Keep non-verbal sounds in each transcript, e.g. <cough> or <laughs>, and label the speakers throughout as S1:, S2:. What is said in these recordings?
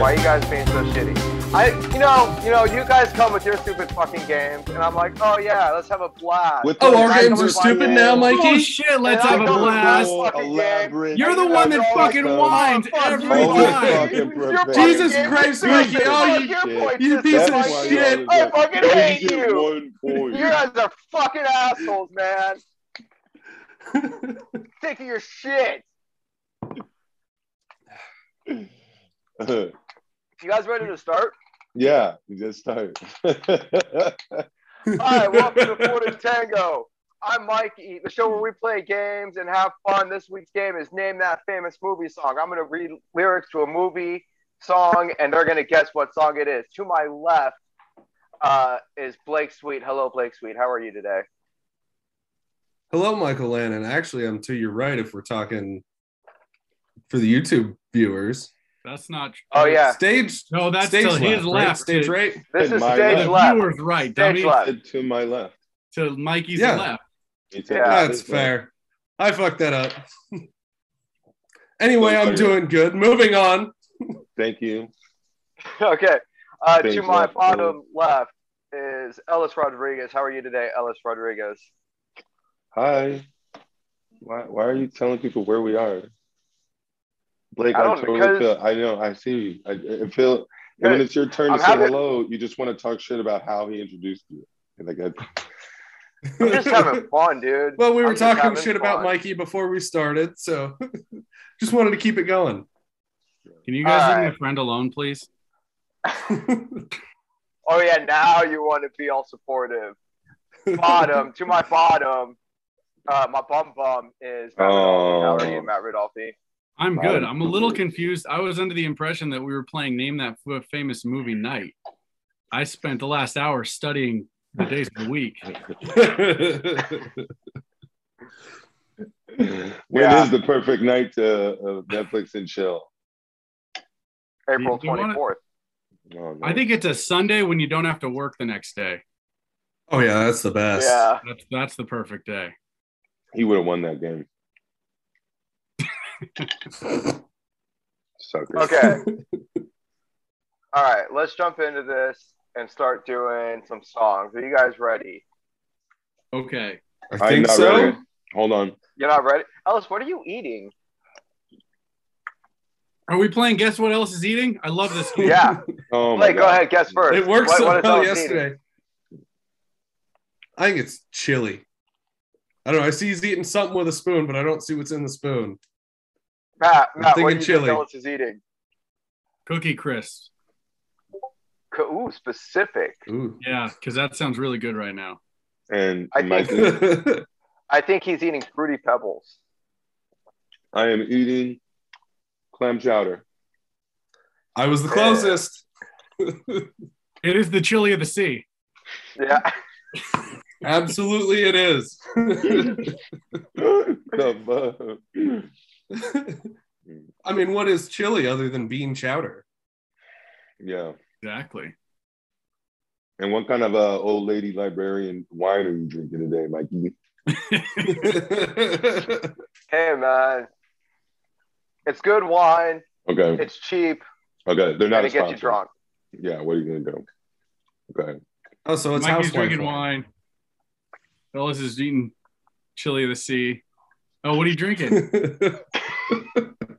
S1: Why you guys being so shitty? I, you know, you know, you guys come with your stupid fucking games, and I'm like, oh yeah, let's have a blast.
S2: With
S3: Oh,
S2: the-
S3: our
S1: I know
S3: games
S1: my
S3: are stupid
S1: name.
S3: now, Mikey.
S4: Oh shit, let's
S1: Yeah,
S4: have a
S1: I know.
S4: blast.
S1: Cool.
S2: Elaborate.
S4: You're the
S1: Yeah,
S4: one that
S1: I know.
S4: fucking
S2: Fuck
S4: whined
S1: Fuck
S4: every
S1: you.
S2: Holy
S4: time.
S2: fucking
S1: Your
S2: perfect.
S1: fucking
S3: Jesus
S1: game
S3: Christ,
S1: is
S3: Mikey,
S1: stupid.
S3: oh,
S1: Fuck
S3: you-
S1: your
S2: shit.
S1: point,
S3: you
S1: just
S3: piece
S1: like
S3: of
S1: mine.
S3: shit.
S1: I fucking
S2: You
S1: hate
S2: get
S1: you.
S2: One point. <laughs>
S1: You guys are fucking assholes,
S3: <laughs>
S1: man. Sick of your shit. You guys ready to start?
S2: yeah, you just start.
S1: All right, welcome to Fortin Tango. I'm Mike E, the show where we play games and have fun. This week's game is Name That Famous Movie Song. I'm going to read lyrics to a movie song, and they're going to guess what song it is. To my left uh, is Blake Sweet. Hello, Blake Sweet. How are you today?
S3: Hello, Michael Lannon. Actually, I'm to your right if we're talking for the YouTube viewers.
S4: That's not. True.
S1: Oh, yeah.
S3: Stage.
S4: No, that's
S3: stage
S4: to
S3: left,
S4: his
S3: right?
S4: left.
S3: Stage
S4: to,
S3: right.
S1: This
S2: To
S1: is
S2: my
S4: to
S1: stage
S4: The
S1: left.
S4: viewers right.
S1: Stage
S4: Dummy.
S1: left.
S2: <laughs> to my left.
S4: To Mikey's
S3: Yeah.
S4: left.
S2: It's
S1: Yeah.
S3: That's fair. I fucked that up. <laughs> anyway, I'm
S2: Sorry.
S3: doing good. Moving on.
S2: Thank you.
S1: <laughs> okay. Uh, to
S2: Stage
S1: my
S2: left,
S1: bottom left is Ellis Rodriguez. How are you today, Ellis Rodriguez?
S2: Hi. Why, why are you telling people where we are? Blake,
S1: I
S2: I,
S1: don't-
S2: totally
S1: because-
S2: feel. I know. I see you. I, I feel when it's your turn to
S1: I'm
S2: say
S1: having-
S2: hello, you just want to talk shit about how he introduced you. And like, I-
S1: I'm just having fun, dude.
S3: <laughs> well, we were
S1: I'm just
S3: talking
S1: having
S3: shit about
S1: fun.
S3: Mikey before we started, so <laughs> just wanted to keep it going.
S4: Can you guys leave
S1: Alright.
S4: my friend alone, please?
S1: Oh yeah, now you want to be all supportive. Bottom to my bottom, uh, my bum bum is Matt Ridolfi. How are you,
S2: Oh.
S1: Matt Ridolfi?
S4: I'm
S2: Bottom
S4: good. I'm a little
S2: group.
S4: confused. I was under the impression that we were playing Name That F- Famous Movie Night. I spent the last hour studying the days of the week.
S2: <laughs> when
S1: Yeah.
S2: is the perfect night to uh, Netflix and chill?
S1: April
S4: You wanna-
S1: twenty fourth.
S2: No, no.
S4: I think it's a Sunday when you don't have to work the next day.
S3: <laughs> oh yeah, that's the best.
S1: Yeah,
S4: That's that's the perfect day.
S2: he would have won that game. Sucker. <laughs>
S1: Okay. All right, let's jump into this and start doing some songs. Are you guys ready?
S4: Okay.
S3: I
S2: I'm
S3: think
S2: not
S3: so.
S2: ready. Hold on.
S1: You're not ready, Ellis. What are you
S2: <laughs>
S1: eating?
S4: Are we playing Guess What Else Is Eating? I love this game.
S1: Yeah,
S2: Oh my
S1: Blake, go
S2: God.
S1: ahead. Guess first.
S3: It worked
S1: What-
S3: so
S1: what is
S3: <laughs> well
S1: Ellis eating?
S3: yesterday. I think it's chili. I don't know. I see he's eating something with a spoon, but I don't see what's in the spoon.
S1: Matt,
S3: I'm
S1: Matt, what do
S3: thinking
S1: you think
S3: chili.
S1: Ellis is eating?
S4: Cookie crisp.
S1: Co- Ooh, specific.
S3: Ooh. <laughs>
S4: Yeah, because that sounds really good right now.
S2: And
S1: I
S2: my-
S1: think- I think he's eating fruity pebbles.
S2: I am eating clam chowder. <laughs>
S3: I was the closest. <laughs>
S4: It is the chili of the sea.
S1: Yeah. <laughs>
S3: Absolutely, it is.
S2: the fuck?
S3: I mean, what is chili other than bean chowder? <laughs>
S2: Yeah.
S4: Exactly.
S2: And what kind of uh, old lady librarian wine are you drinking today, Mikey?
S1: Hey man, it's good wine.
S2: Okay.
S1: It's cheap,
S2: Okay. They're not a
S1: and it gets you
S2: sponsor.
S1: drunk. <laughs>
S2: Yeah. What are you going to do? Okay.
S3: oh, so it's
S4: Mikey's
S3: house
S4: drinking wine. Ellis is eating chili of the sea. Oh, what are
S1: <laughs>
S4: you drinking? Is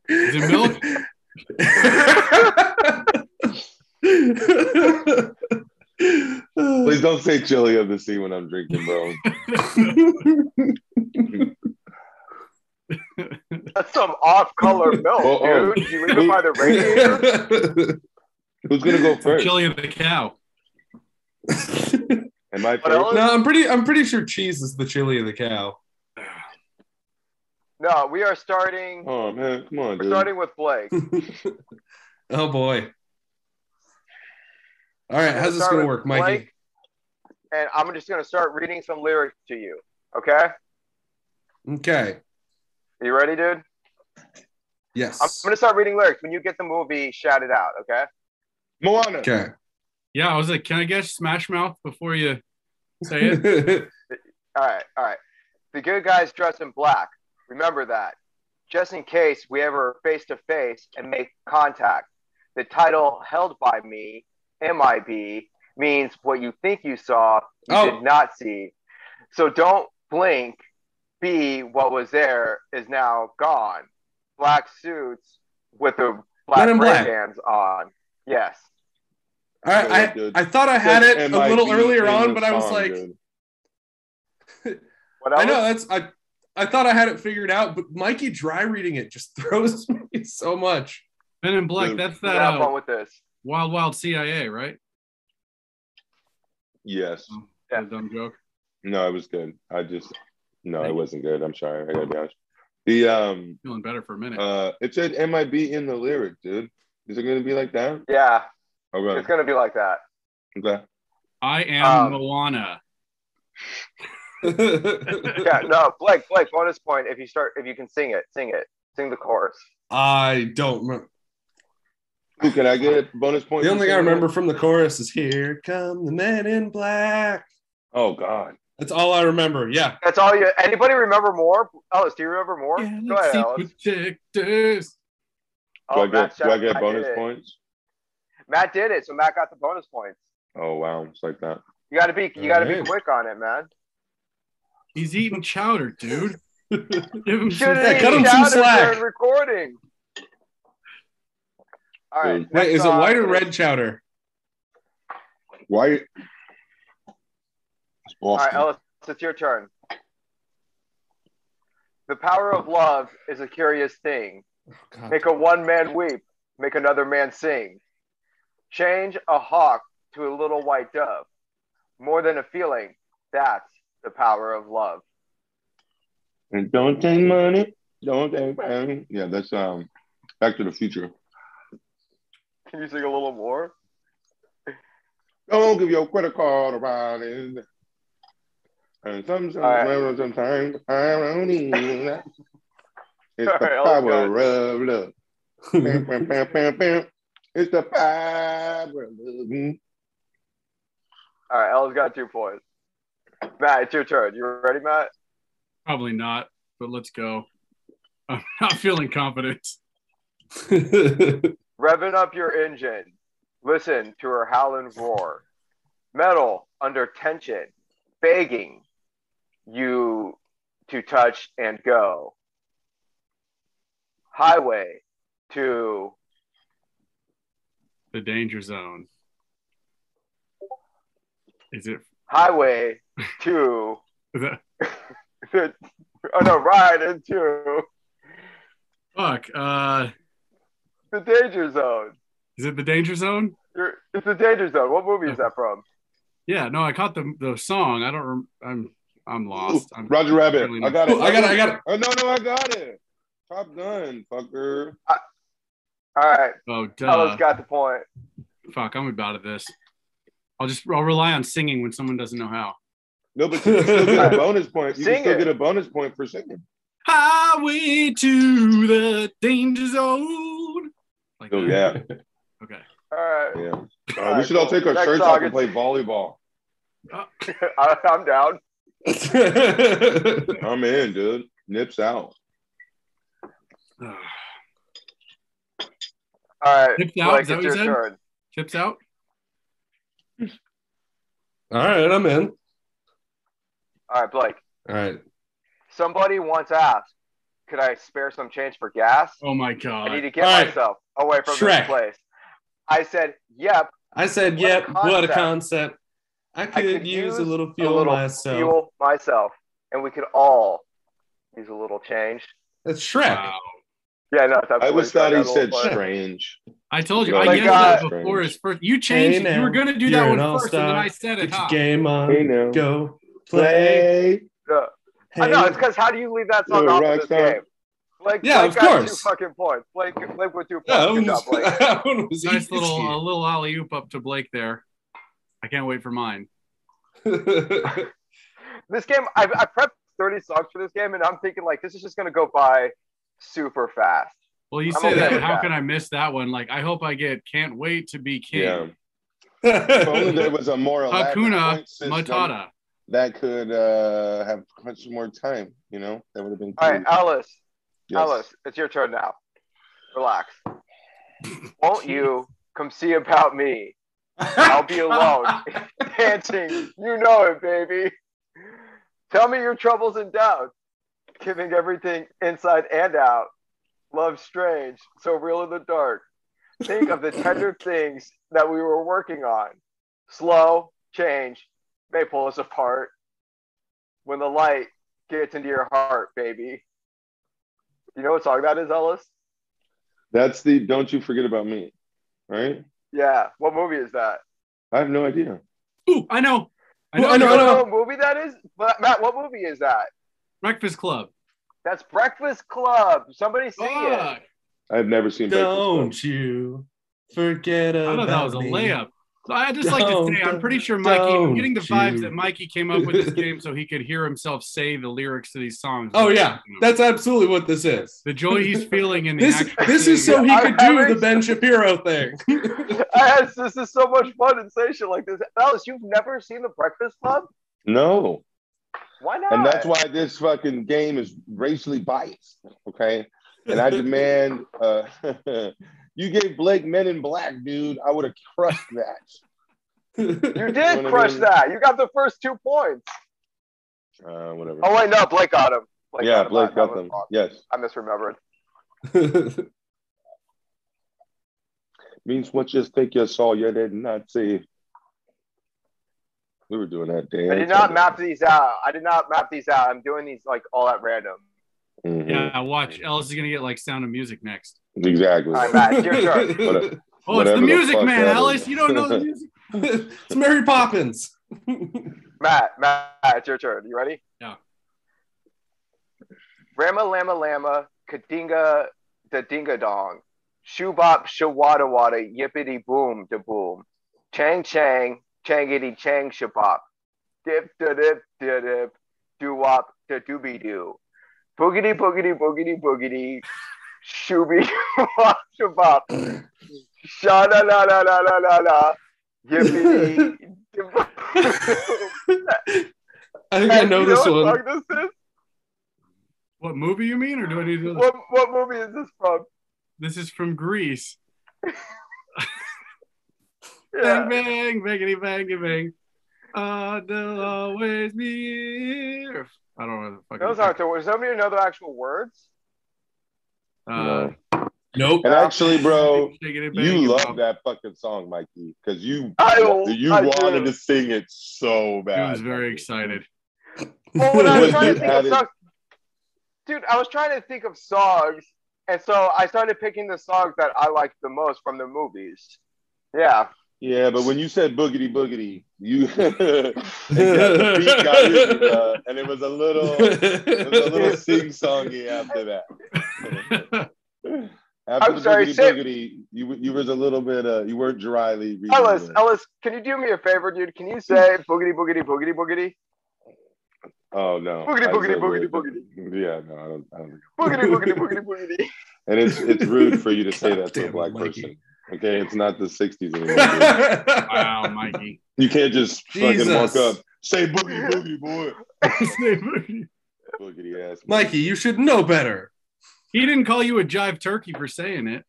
S4: it milk?
S2: Please don't say chili of the sea when I'm drinking, bro.
S1: That's some off-color milk,
S2: Oh, oh.
S1: dude. You read it
S3: <laughs>
S1: by the radiator.
S2: Who's going to go first?
S4: chili of the cow.
S2: Am I
S1: What else?
S2: first?
S3: no, I'm pretty. I'm pretty sure cheese is the chili of the cow.
S1: No, we are starting.
S2: Oh, man. Come on,
S1: We're
S2: dude.
S1: starting with Blake.
S3: oh boy. All right, how's this gonna work, Mikey?
S1: Blake, and I'm just gonna start reading some lyrics to you. Okay?
S3: Okay.
S1: You ready, dude? I'm
S3: Yes.
S1: gonna start reading lyrics. When you get the movie, shout it out. Okay?
S2: Moana.
S3: Okay.
S4: Yeah, I was like, can I guess Smash Mouth before you say
S1: <laughs>
S4: it?
S3: <laughs> That's
S1: All right, all right. The good guys dress in black. Remember that. Just in case we ever face to face and make contact. The title held by me, MIB, means what you think you saw, you
S3: Oh.
S1: did not see. So don't blink. B, what was there is now gone. Black suits with the black
S3: Men in
S1: ray
S3: Black.
S1: bands on. Yes.
S3: I, I,
S2: dude.
S3: I thought I had
S2: Says
S3: it a little
S2: MIB
S3: earlier
S2: in
S3: on,
S2: the
S3: but I was
S2: song,
S3: like,
S2: dude.
S1: What else?
S3: I know that's I. I thought I had it figured out, but Mikey dry reading it just <laughs> throws me so much.
S4: Men in Black.
S2: Dude.
S4: That's
S1: We're
S4: that
S1: gonna have fun
S3: um,
S4: uh,
S1: with this.
S4: Wild Wild CIA, right?
S2: yes.
S1: Yeah.
S4: That dumb joke.
S2: No, it was good. I just no, it
S4: Thank you.
S2: wasn't good. I'm sorry. I gotta be honest. The um
S4: Feeling better for a minute.
S2: uh it said MIB in the lyric, dude. Is it gonna be like that?
S1: Yeah, it's
S2: Okay.
S1: gonna be like that.
S2: okay.
S4: I am
S1: um,
S4: Moana.
S1: <laughs> Yeah, no, Blake, Blake, bonus point if you start if you can sing it, sing it. Sing the chorus.
S3: I don't. remember.
S2: Ooh, can I get a bonus point?
S3: The
S2: for
S3: only thing I
S2: saying
S3: remember
S2: that?
S3: from the chorus is "Here come the men in black."
S2: Oh God.
S3: That's all I remember. Yeah,
S1: That's all you anybody remember more? Ellis, do you remember more? Go ahead,
S4: Galaxy
S1: Ellis.
S4: Protectors.
S2: Do
S1: Oh,
S2: I
S1: Matt
S2: get do I
S1: Shepard,
S2: get
S1: Matt
S2: bonus
S1: did it.
S2: points?
S1: Matt did it, so Matt got the bonus points.
S2: Oh wow, it's like that.
S1: You gotta be you gotta be
S3: Alright.
S1: quick on it, man.
S4: He's eating chowder, dude.
S2: <laughs>
S4: Give him some.
S1: Should've
S3: Yeah, cut
S1: even
S3: him some
S1: shouted
S3: slack.
S1: during recording. All right.
S2: Dude.
S3: wait,
S1: next
S3: is it white or
S1: song.
S3: red
S1: <laughs>
S3: chowder? <laughs>
S2: Why it's
S1: All right,
S2: Boston.
S1: Ellis, it's your turn. The power of love is a curious thing.
S3: Oh, God.
S1: Make a one man weep, make another man sing. Change a hawk to a little white dove. More than a feeling, that's the power of love. <laughs>
S2: And don't take money. Don't take money. Yeah, that's um Back to the Future.
S1: Can you sing a little more?
S2: Don't give your credit card around and and sometimes
S1: All right.
S2: well, sometimes I don't need
S1: <laughs>
S2: that. It's
S1: All
S2: the
S1: right, I'll
S2: power of love. Bam, bam, bam, bam, bam. It's the power of love.
S1: All right, Ella's got two points. Matt, it's your turn. You ready, Matt?
S4: Probably not, but let's go. I'm <laughs> not feeling confident.
S1: Revving up your engine. Listen to her howl and roar. Metal under tension, begging you to touch and go. Highway to
S4: The danger zone. Is it
S1: highway to
S4: the
S1: the oh no, ride into
S4: fuck? Uh,
S1: the danger zone.
S4: is it the danger zone?
S1: You're, it's the danger zone. What movie is that from?
S4: Yeah, no, I caught the the song. I don't. Rem- I'm I'm lost.
S2: Ooh,
S4: I'm, oh,
S2: Roger Rabbit. I got it.
S3: Oh, I got it. I got it.
S2: Oh, no, no, I got it. Top Gun, fucker.
S1: All right,
S4: oh, duh.
S1: Ella's got the point.
S4: fuck, I'm about at this. I'll just I'll rely on singing when someone doesn't know how.
S2: No, but you can
S1: <laughs>
S2: still get a bonus point. You
S1: Sing
S2: can still
S1: it.
S2: get a bonus point for singing.
S4: Highway to the danger zone. Like
S2: Oh
S4: that.
S2: yeah.
S4: Okay.
S1: All right, <laughs>
S2: Yeah.
S1: All
S2: we
S1: right,
S2: should all
S1: cool.
S2: take our
S1: Next
S2: shirts
S1: song,
S2: off and
S1: it's-
S2: play volleyball.
S1: I, I'm down.
S2: I'm in, dude. Nips out.
S4: Ugh.
S1: All right,
S4: Nipped out,
S1: Blake,
S4: is that
S1: it's
S4: what you
S1: your
S4: said?
S1: turn.
S4: Tips out.
S3: all right, I'm in.
S1: All right, Blake.
S3: All right,
S1: Somebody once asked, "Could I spare some change for gas?
S4: Oh my
S1: I need
S4: god.
S1: to get
S3: All right.
S1: myself away from
S3: Shrek.
S1: this place." I said, "Yep,
S3: I said,
S1: What a
S3: "Yep, what a
S1: concept.
S3: concept." I could,
S1: could
S3: use,
S1: use
S3: a little
S1: a
S3: fuel
S1: little
S3: myself.
S1: fuel myself, and we could all use a little change."
S3: That's Shrek.
S4: Wow.
S1: Yeah, no, that's
S2: I was
S1: what
S2: thought he
S1: it's like,
S2: said
S1: that little part.
S2: strange.
S4: I told you.
S2: Oh
S1: my
S4: I guessed
S1: God.
S4: that before his first. You changed.
S3: Hey,
S4: it. You were
S3: now.
S4: gonna do
S3: You're
S4: that
S3: an
S4: one first,
S3: all-star.
S4: and then I said it.
S3: Get
S4: Huh?
S3: your game on.
S2: Hey now.
S3: Go play.
S2: Play.
S1: Yeah.
S3: Hey.
S1: I know it's because how do you leave that song
S2: You're a
S1: off
S2: rock
S1: of this
S2: star.
S1: game? Blake,
S3: Yeah,
S1: Blake
S3: of
S1: got two
S3: course.
S1: fucking points. Blake, Blake with two points.
S3: Yeah, that
S1: Good
S3: one
S1: job,
S3: was, <laughs>
S1: Blake.
S3: that one was
S4: Nice
S3: easy.
S4: little a little alley oop up to Blake there. I can't wait for mine.
S3: uh, <laughs>
S1: This game, I, I prepped 30 songs for this game, and I'm thinking like this is just gonna go by super fast.
S4: Well, you
S1: I'm
S4: say
S1: okay
S4: that.
S1: with
S4: How
S1: that.
S4: can I miss that one? Like, I hope I get. Can't wait to be king.
S2: Yeah. If only there was a more elaborate
S4: Hakuna
S2: point system
S4: Matata.
S2: that could uh, have much more time. You know, Mm. that would have been.
S1: All right,
S2: cool.
S1: Alice,
S2: Yes.
S1: Alice, it's your turn now. Relax.
S3: <laughs>
S1: Won't you come see about me? I'll be
S3: <laughs>
S1: alone, dancing. You know it, baby. Tell me your troubles and doubts, giving everything inside and out. Love strange, so real in the dark. Think of the
S3: <laughs>
S1: tender things that we were working on. Slow change may pull us apart. When the light gets into your heart, baby. You know what song that is, Ellis?
S2: That's the Don't You Forget About Me, right?
S1: Yeah. What movie is that?
S2: I have no idea.
S4: Ooh, I know. I know.
S3: Well, I
S1: You
S3: know-
S1: don't know what movie that is? But Matt, what movie is that?
S4: Breakfast Club.
S1: That's Breakfast Club. Somebody see <laughs> it.
S4: Fuck.
S2: I've never seen Breakfast Club.
S3: Don't you forget
S4: I
S3: about
S4: thought that was a
S3: me.
S4: layup. So I just like to
S3: Don't-
S4: say, I'm pretty sure Mikey. I'm getting the
S3: don't
S4: vibes
S3: you.
S4: that Mikey came up with
S3: <laughs>
S4: this game so he could hear himself say the lyrics to these songs.
S3: Oh yeah, that's absolutely what this is.
S4: the joy
S3: <laughs>
S4: he's feeling in the
S3: This
S4: actual
S3: this is so
S4: singing.
S3: he
S1: I-
S3: could
S1: I
S3: do the
S1: raised-
S3: Ben Shapiro thing.
S1: I, this is so much fun and say shit like this. Alice, you've never seen The Breakfast Club?
S2: No.
S1: Why not?
S2: And that's why this fucking game is racially biased. Okay. And I
S3: <laughs>
S2: demand uh <laughs> you gave Blake men in black, dude. I would have crushed that.
S1: you
S3: You're
S1: did
S2: You know what I
S1: crush
S2: mean?
S1: that. You got the first two points.
S2: Uh whatever.
S1: Oh wait, no, Blake got him. Blake
S2: yeah,
S1: him.
S2: Blake
S1: I-
S2: got
S1: I was
S2: them.
S1: wrong.
S2: Yes.
S1: I misremembered.
S2: Means what just take your soul, you did not see. We were doing that dance.
S1: I did not map these out. I did not map these out. I'm doing these like all at random.
S2: Mhm.
S4: Yeah, watch. Ellis is gonna get like Sound of Music next.
S2: Exactly.
S1: All right, Matt, your turn.
S4: Oh,
S2: Whatever the
S4: it's the Music
S2: fuck
S4: Man,
S2: that
S4: Ellis.
S2: is.
S4: You don't know the music.
S3: it's Mary Poppins.
S1: Matt, Matt, it's your turn. You ready?
S4: Yeah.
S1: Rama Lama Lama, Kadinga da Dinga Dong, Shoebop Shawada Wada, Yippity Boom da Boom, Chang Chang, Changity Chang Shabop, Dip da Dip da Dip, Doo Wop da Dooby Doo, Boogity Boogity Boogity Boogity, Shooby <laughs> Wop Shabop, Sha La La La La La La La, Yippity.
S3: I think I know
S1: You
S3: this
S1: what
S3: one.
S1: song this is?
S4: What movie you mean, or do I need to?
S1: What, what movie is this from?
S4: This is from Greece.
S1: Yeah.
S4: Bang bang, bangity bangity bang. Uh, they'll always be here. I don't know the fucking.
S1: Those aren't the words. Some of you know the actual words.
S4: Uh,
S3: Nope.
S2: And actually,
S4: <laughs>
S2: bro,
S4: Biggity
S2: you
S4: bangity
S2: love
S4: bang.
S2: that fucking song, Mikey, because you
S1: I-
S2: you
S1: I
S2: wanted
S1: do.
S2: to sing it so
S4: He
S2: bad.
S4: was very excited.
S3: <laughs>
S1: Well, when I was
S2: What
S1: trying
S2: you
S1: to <laughs> think of
S2: added-
S1: songs, dude, I was trying to think of songs, and so I started picking the songs that I liked the most from the movies. Yeah,
S2: Yeah, but when you said boogity boogity,
S3: <laughs>
S2: you <laughs> it got- beat got you, bro, and it was a
S3: <laughs>
S2: little, it was a little sing songy after that. After
S1: <laughs> I'm
S2: the
S1: sorry,
S2: boogity
S1: say-
S2: boogity, you you was a little bit, uh, you weren't dryly. reading
S1: Ellis,
S2: it.
S1: Ellis, can you do me a favor, dude? Can you say boogity boogity boogity boogity
S2: Oh no,
S1: Boogity,
S2: I
S1: boogity,
S2: said
S1: boogity,
S2: weird- Yeah, no, I don't, I don't.
S1: boogity boogity boogity boogity? <laughs>
S2: And it's it's rude for you to say that to a
S3: Goddamn,
S2: black
S3: Mikey.
S2: person. Okay, it's not the '60s anymore.
S3: <laughs>
S2: dude.
S4: wow, Mikey.
S2: You can't just fucking walk
S3: Jesus.
S2: up, say boogie boogie boy, boogity ass.
S3: <laughs> Mikey, you should know
S2: <laughs>
S3: better.
S4: he didn't call you a jive turkey for saying it.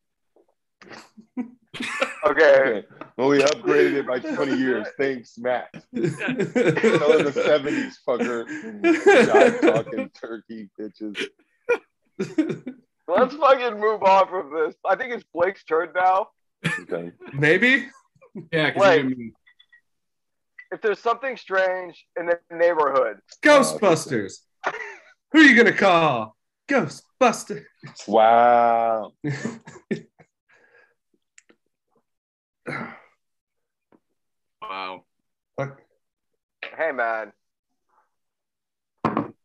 S1: Okay,
S2: Okay. Well, we upgraded it by 20 years. Thanks, Matt. Still in the 70s, fucker. God talking turkey bitches.
S1: let's fucking move on from this. I think it's Blake's turn now.
S2: Okay. Oh,
S3: Maybe.
S4: Yeah, 'cause
S1: Like-
S4: he didn't mean-
S1: If there's something strange in the neighborhood,
S3: Ghostbusters. Who are you gonna call? Ghostbusters.
S2: Wow.
S4: wow.
S1: hey man,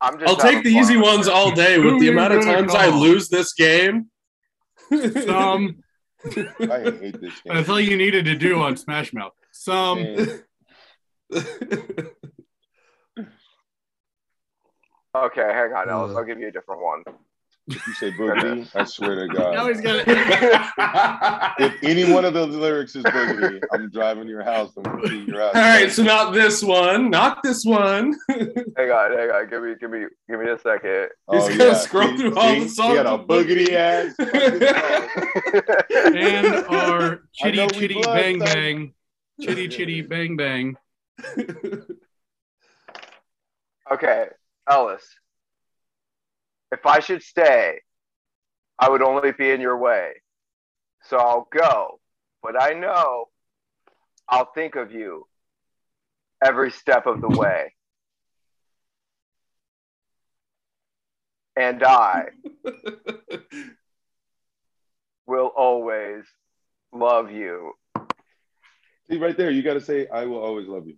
S1: I'm just.
S3: I'll take the
S1: having
S3: easy
S1: fun.
S3: ones all day
S4: Who
S3: with the
S4: you
S3: amount of
S4: gonna
S3: times I
S4: call?
S3: lose this game. <laughs>
S4: Some.
S2: I hate this game.
S4: Um, That's all you needed to do on Smash Mouth.
S3: um,
S4: Some.
S2: Man,
S1: Okay, hang on, Ellis.
S3: Uh.
S1: I'll give you a different one.
S2: If you say boogity, I swear to God.
S4: Now he's got
S2: if any one of those lyrics is boogity, I'm driving to your house. I'm gonna beat your ass.
S3: <laughs> All right, so not this one, not this one.
S1: Hang on, hang on. Give me, give me, give me a second.
S3: He's gonna scroll through all the
S2: Oh, He
S3: songs
S2: had a
S3: with boogity.
S2: boogity ass. fucking song.
S3: <laughs>
S4: and our
S2: <laughs> I know we
S4: chitty chitty
S2: blood,
S4: bang
S2: son.
S4: bang, chitty chitty bang bang.
S2: <laughs>
S1: okay, Ellis. If I should stay, I would only be in your way. So I'll go, but I know I'll think of you every step of the way. And I
S3: <laughs>
S1: will always love you.
S2: See, right there, you got to say, I will always love you.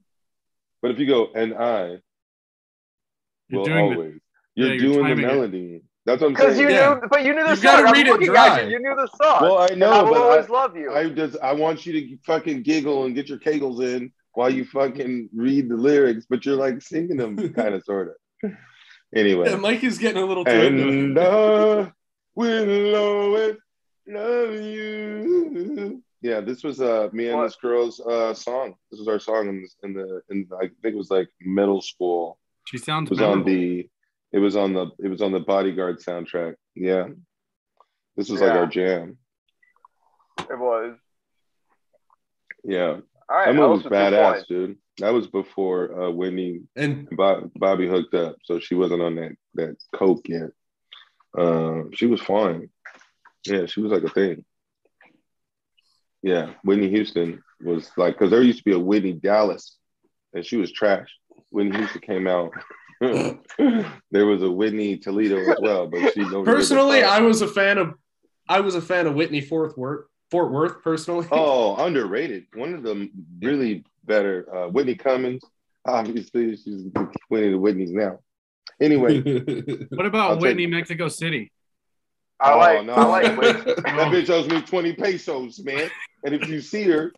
S2: But if you go, and I
S4: You're
S2: will
S4: doing the,
S2: always, you're,
S4: yeah, you're
S2: doing the
S4: timing it.
S2: melody. That's what I'm
S1: Because
S2: saying.
S1: you
S3: Yeah.
S1: knew, but you knew the
S3: You've
S1: song.
S3: gotta
S1: I'm
S3: read it
S1: looking at
S3: dry.
S1: You, you knew the song.
S2: well, I
S1: I
S2: know,
S1: will always
S2: but
S1: love you.
S2: I, I just I want you to fucking giggle and get your kegels in while you fucking read the lyrics, but you're like singing
S1: <laughs>
S2: them kind of sort of.
S3: yeah,
S2: Anyway,
S3: Mikey's getting a little turned
S2: and
S3: up.
S2: I will always love you. Yeah, this was uh me and
S1: What?
S2: this girl's uh song. This was our song in, this, in the in I think it was like middle school.
S4: she sounds
S2: It was on
S4: memorable.
S2: the it was on the it was on the bodyguard soundtrack. Yeah. This was like
S1: Yeah.
S2: our jam.
S1: it was.
S2: Yeah.
S1: All right,
S2: That
S1: Ellis
S2: movie was
S1: with two points.
S2: badass, dude. That was before uh, Whitney
S3: And
S2: and Bob, Bobby hooked up, so she wasn't on that that coke yet. Um, she was fine. Yeah, she was like a thing. Yeah, Whitney Houston was like because there used to be a Whitney Dallas, and she was trash. Whitney Houston came out. <laughs> there was a Whitney Toledo as well, but she don't
S3: personally,
S2: give a fuck.
S3: I was a fan of I was a fan of Whitney Fort Worth Fort Worth personally.
S2: oh underrated. One of the really better uh, Whitney Cummings. Obviously, she's winning the Whitney's now.
S3: <laughs>
S2: Anyway,
S4: What about
S2: I'll take-
S4: Whitney, Mexico City?
S1: I
S2: Oh,
S1: like,
S2: no.
S1: I like Whitney.
S2: That bitch owes me 20 pesos, man. And if you see her,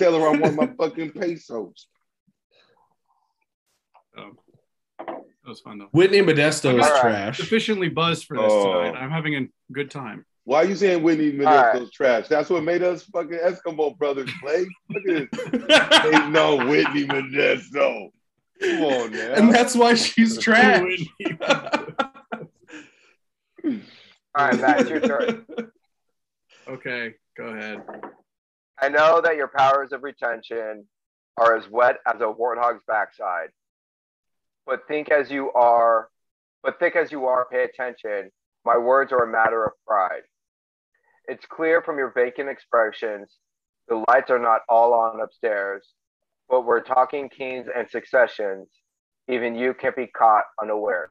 S2: tell her I want my fucking pesos.
S4: Oh, that was fun though.
S3: Whitney Modesto is
S1: All right.
S4: <laughs>
S3: trash.
S4: Sufficiently buzzed for this
S2: Oh.
S4: tonight. I'm having a good time.
S2: Why you saying Whitney
S1: All
S2: Medesto's trash? That's what made us fucking Eskimo brothers, Blake. Look at this.
S3: and
S2: Ain't no Whitney Modesto. Come on, man.
S3: that's why she's trash.
S4: Whitney.
S1: All right, Matt, it's your turn.
S4: Okay, go ahead.
S1: I know that your powers of retention are as wet as a warthog's backside, but think as you are, but thick as you are, pay attention. My words are a matter of pride. It's clear from your vacant expressions, the lights are not all on upstairs, but we're talking kings and successions. Even you can be caught unawares.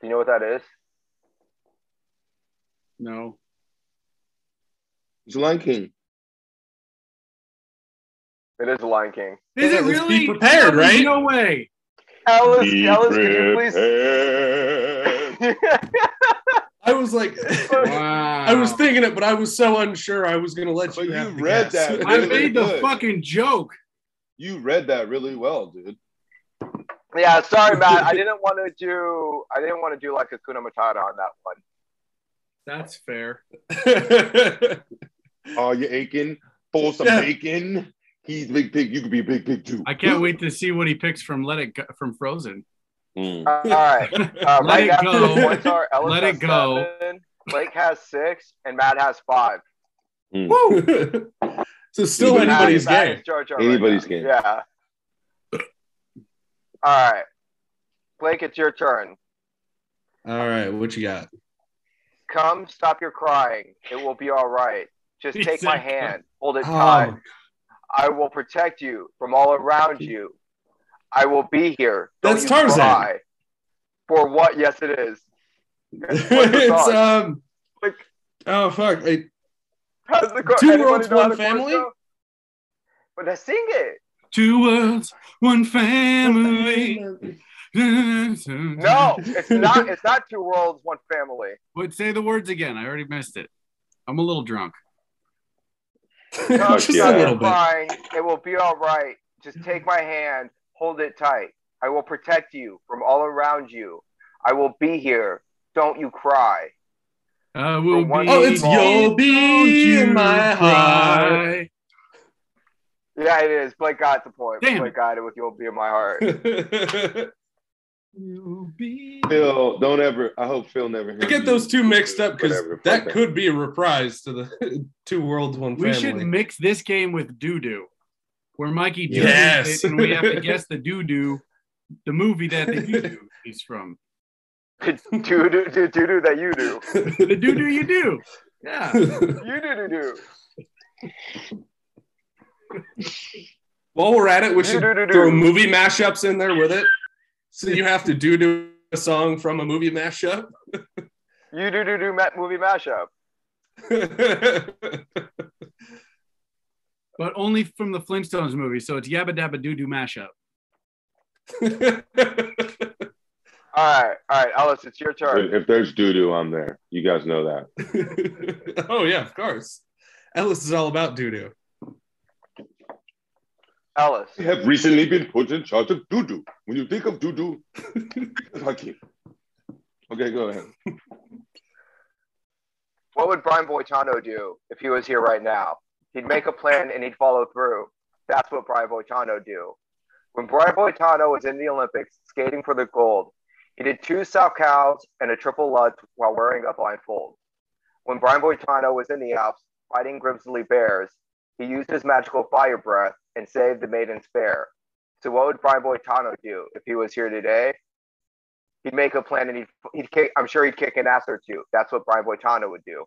S1: Do you know what that is?
S4: No.
S2: It's Lion King.
S1: It is Lion King.
S4: Is it
S3: Let's be
S4: really?
S3: prepared,
S4: There's
S3: right?
S4: No way.
S1: Alice,
S2: Be
S1: Alice, could
S2: prepared.
S1: you
S3: I was like, <laughs>
S1: please?
S4: Wow.
S3: I was thinking it, but I was so unsure. I was gonna let
S2: But
S3: you.
S2: you
S3: have the
S2: read
S3: guess. <laughs>
S2: that.
S4: I made the
S2: Good.
S4: fucking joke.
S2: You read that really well, dude.
S1: Yeah, sorry, Matt. I didn't want to do. I didn't want to do like Hakuna Matata on that one.
S4: That's fair.
S2: Are you aching for some
S3: Yeah.
S2: bacon? He's big pig. You could be a big pig too.
S4: I can't wait to see what he picks from Let It Go, from Frozen.
S2: Mm.
S1: Uh, all right. Uh,
S4: Let
S1: Mike
S4: it
S1: has
S4: go.
S1: four points are Ellis
S4: Let
S1: has
S4: it go.
S1: seven, Blake has six, and Matt has five.
S3: Woo! so still
S2: Anybody-
S3: anybody's
S1: Matt- Matt
S3: game.
S1: is Jar Jar
S2: Anybody's
S1: now.
S2: game.
S1: Yeah. All right, Blake, it's your turn.
S3: All right, what you got?
S1: Come, stop your crying. It will be all right. Just
S4: He
S1: take my
S4: said come.
S1: hand. Hold it tight.
S3: Oh,
S1: I will protect you from all around you. I will be here. Don't
S3: That's
S1: you
S3: Tarzan.
S1: cry. For what? Yes, it
S3: <laughs>
S1: is. What's the
S3: Oh. it's
S1: song?
S3: um.
S1: Like-
S3: Oh fuck! I-
S1: How's the chorus?
S3: Two
S1: Anybody
S3: worlds,
S1: know how
S3: one
S1: the chorus
S3: family?
S1: go? But I sing it.
S4: Two worlds, one family. No. <laughs>
S1: No, it's not. It's not two worlds, one family.
S3: <laughs>
S4: But say the words again. I already missed it. I'm a little drunk.
S1: Come,
S3: Just
S1: stop
S3: a
S1: your
S3: little bit.
S1: crying. It will be all right. Just take my hand. Hold it tight. I will protect you from all around you. I will be here. Don't you cry.
S4: I will
S1: For one-
S4: be
S3: Oh, it's You'll Be in My Heart.
S4: Cry.
S1: Yeah, it is. Blake got the point.
S4: Damn.
S1: Blake got it with "You'll Be in My Heart."
S3: I
S4: You'll be.
S2: Phil, don't ever. I hope Phil never. hears
S3: get
S2: you.
S3: those two mixed up because
S2: Whatever, fuck
S3: that could be a reprise to the <laughs> two worlds, one
S4: We should
S3: family.
S4: mix this game with doo doo, where Mikey doo
S3: Yes.
S4: and we have to guess the doo doo, the movie that the doo doo is from.
S1: <laughs> do do do do do that you do.
S3: <laughs>
S4: The doo doo you do. Yeah.
S1: You do do do.
S3: While we're at it, we should
S1: Do-do-do-do.
S3: throw movie mashups in there with it. So you have to do do a song from a movie mashup. <laughs>
S1: You do do do Met movie mashup.
S4: But only from the Flintstones movie. So it's Yabba Dabba Doo Doo mashup.
S1: All right, all right, Alice, it's your turn.
S2: If there's doo doo, I'm there. You guys know that.
S3: oh yeah, of course. Ellis is all about doo doo.
S1: Alice,
S2: I have recently been put in charge of doo doo. When you think of doo
S3: <laughs>
S2: doo, Lucky. Okay, go ahead.
S1: what would Brian Boitano do if he was here right now? He'd make a plan and he'd follow through. That's what Brian Boitano do. When Brian Boitano was in the Olympics skating for the gold, he did two south cows and a triple lutz while wearing a blindfold. When Brian Boitano was in the Alps fighting grizzly bears, he used his magical fire breath and saved the maiden's fair. So what would Brian Boitano do if he was here today? He'd make a plan and he'd, he'd kick, I'm sure he'd kick an ass or two. That's what Brian Boitano would do.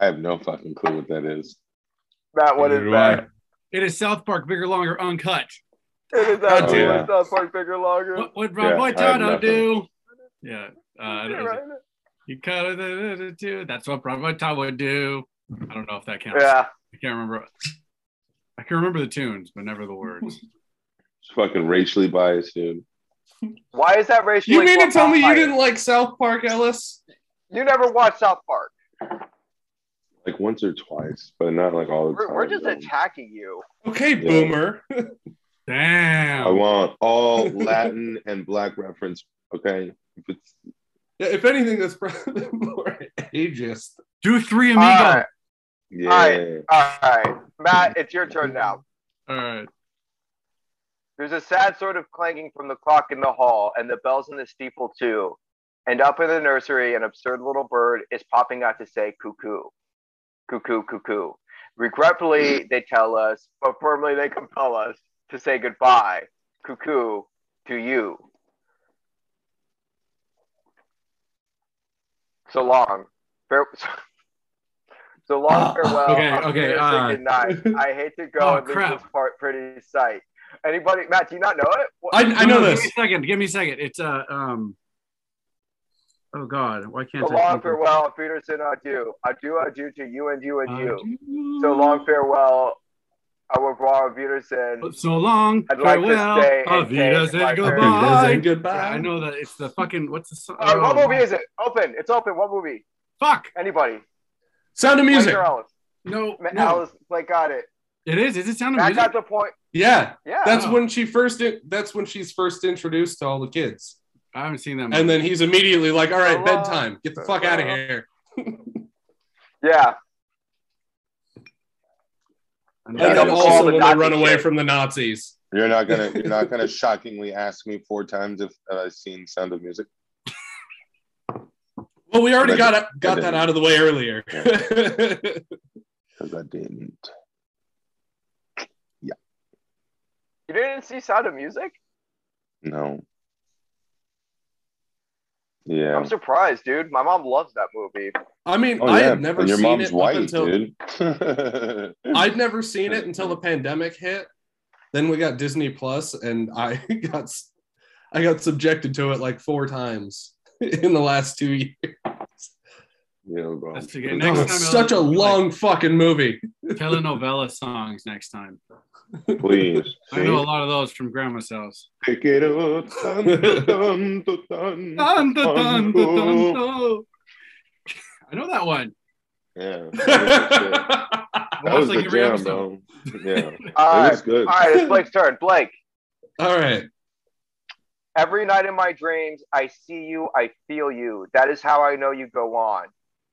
S2: I have no fucking clue what that is.
S1: Matt, what is
S3: Neither do
S1: that?
S4: It is South Park Bigger Longer Uncut.
S1: <laughs> It is that
S3: Oh,
S1: oh,
S2: yeah.
S1: South Park bigger, longer.
S4: What would
S2: Yeah,
S4: Rob
S2: I have
S4: Boitano
S2: nothing.
S4: do? Yeah. Uh,
S1: Yeah,
S4: is it-
S1: right?
S4: you cut it, uh, uh, uh, do. That's what Rob Boitano would do. I don't know if that counts.
S1: yeah.
S4: I can't remember. I can remember the tunes, but never the words.
S1: <laughs>
S2: It's fucking racially biased, dude.
S1: Why is that racial?
S3: You mean to tell me you didn't like South Park, Ellis?
S1: You never watched South Park.
S2: Like once or twice, but not like all the
S1: We're,
S2: time.
S1: we're just
S2: dude.
S1: attacking you.
S3: Okay,
S2: Yeah.
S3: boomer.
S4: Damn.
S2: I want all Latin and black reference. Okay, if it's
S3: Yeah, if anything, that's probably <laughs> more ageist.
S4: Do three
S1: All
S4: amigo.
S1: right,
S2: yeah,
S1: Alright. all right, Matt, it's your turn now.
S4: All right.
S1: There's a sad sort of clanging from the clock in the hall and the bells in the steeple, too. And up in the nursery, an absurd little bird is popping out to say cuckoo, cuckoo, cuckoo. Regretfully, they tell us, but firmly they compel us to say goodbye, cuckoo, to you. So long. Fare- <laughs> so long, farewell.
S4: Oh, okay,
S1: I'm
S4: okay,
S1: gonna say
S4: uh,
S1: goodnight. I hate to go
S4: <laughs> Oh,
S1: and leave
S4: crap.
S1: this part pretty sight. Anybody, Matt? Do you not know it? What-
S3: I, I know
S4: No,
S3: this.
S4: Give me a second. Give me a second. It's uh, um. Oh God, why can't
S1: so
S4: I?
S1: long
S4: think of-
S1: farewell, Peterson. Adieu, adieu, adieu to you and you and you.
S4: Adieu.
S1: So long farewell, our revoir, Peterson.
S4: So long.
S1: I'd like to
S4: farewell.
S1: stay and
S4: Auf Wiedersehen,
S1: take my
S4: goodbye.
S3: Doesn't goodbye.
S4: Yeah, I know that it's the fucking what's the song?
S1: Uh, what
S4: oh,
S1: movie is it? Open. It's open. What movie?
S4: Fuck.
S1: Anybody?
S3: Sound of music.
S1: Mike or Alice?
S4: No,
S1: Ma-
S4: no.
S1: Alice, Blake got it.
S4: It is. Is it sound of
S1: Matt
S4: music?
S1: got the point.
S3: Yeah,
S1: Yeah.
S3: that's
S4: Oh.
S3: when she first. that's when she's first introduced to all the kids,
S4: I haven't seen that. Movie.
S3: and then he's immediately like, "All right,
S1: Hello.
S3: bedtime. Get the fuck out of here."
S1: yeah.
S4: And
S3: And
S4: then
S3: then
S1: Yeah.
S3: also when they
S1: Nazi
S3: run away
S1: kid.
S3: from the Nazis.
S2: you're not gonna you're not
S4: <laughs>
S2: gonna shockingly ask me four times if uh, I've seen Sound of Music.
S3: Well, we already
S2: But-
S3: got got
S2: but-
S3: that out of the way earlier.
S2: Because I didn't.
S1: You didn't see Sound of Music?
S2: No. Yeah.
S1: I'm surprised, dude. My mom loves that movie.
S3: <laughs> I mean,
S2: Oh,
S3: I
S2: yeah.
S3: had never
S2: and your
S3: seen
S2: mom's
S3: it up
S2: white,
S4: <laughs>
S3: until
S2: dude.
S3: I'd never seen it until the pandemic hit. Then we got Disney Plus, and I <laughs> got s- I got subjected to it like four times <laughs> in the last two years.
S2: <laughs> yeah, bro.
S4: That's okay.
S3: Oh,
S4: Next time
S3: it's
S4: I'll-
S3: such a long fucking movie.
S4: telenovela songs next time.
S2: Please.
S4: <laughs> I know a lot of those from Grandma's house.
S2: Pick it up. Tanto, tanto, tanto.
S4: Dun, dun, dun, dun,
S2: <laughs>
S4: dun, dun. <laughs> I know that one. <laughs>
S2: Yeah. That
S4: I
S2: was,
S4: watched
S2: the
S4: like every
S2: jam,
S4: episode.
S2: bro. Yeah. It
S1: All right.
S2: was good.
S1: All right. It's Blake's turn. Blake.
S3: All right.
S1: Every night in my dreams, I see you, I feel you. That is how I know you go on.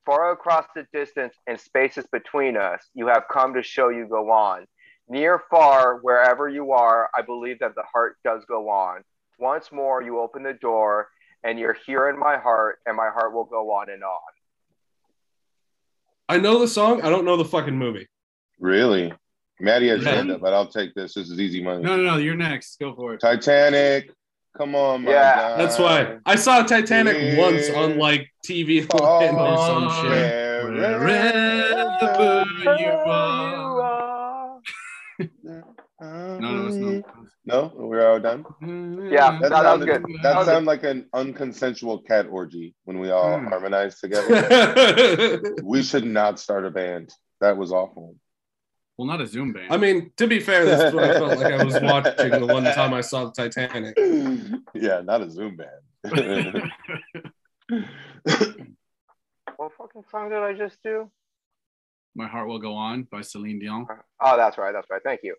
S1: Far across the distance and spaces between us, you have come to show you go on. Near, far, wherever you are, I believe that the heart does go on. Once more, you open the door, and you're here in my heart, and my heart will go on and on.
S3: I know the song. I don't know the fucking movie.
S2: Really? Maddie has
S3: Yeah.
S2: hand up, but I'll take this. This is easy money.
S4: No, no, no. You're next. Go for it.
S2: Titanic. Come on, my
S1: Yeah.
S2: guy.
S3: That's why I saw Titanic
S2: Uh, Yeah.
S3: once on like TV
S2: Oh,
S3: <laughs> land or some shit.
S4: Wherever you are. No, no, it's not.
S2: No, we're all done.
S1: Yeah,
S2: That,
S1: No, that was
S2: sounded,
S1: good.
S2: that
S1: was
S2: sounded like an unconsensual cat orgy when we all
S1: <laughs>
S4: Hmm.
S2: harmonized together.
S3: <laughs> I
S2: we should not start a band. That was awful.
S4: well, not a Zoom band.
S3: mean, to be fair, that's what I felt like I was watching the one time I saw the Titanic.
S2: yeah, not a Zoom band.
S1: <laughs> What fucking song did I just do?
S4: My Heart Will Go On by Celine Dion.
S1: Oh, that's right. That's right. Thank you.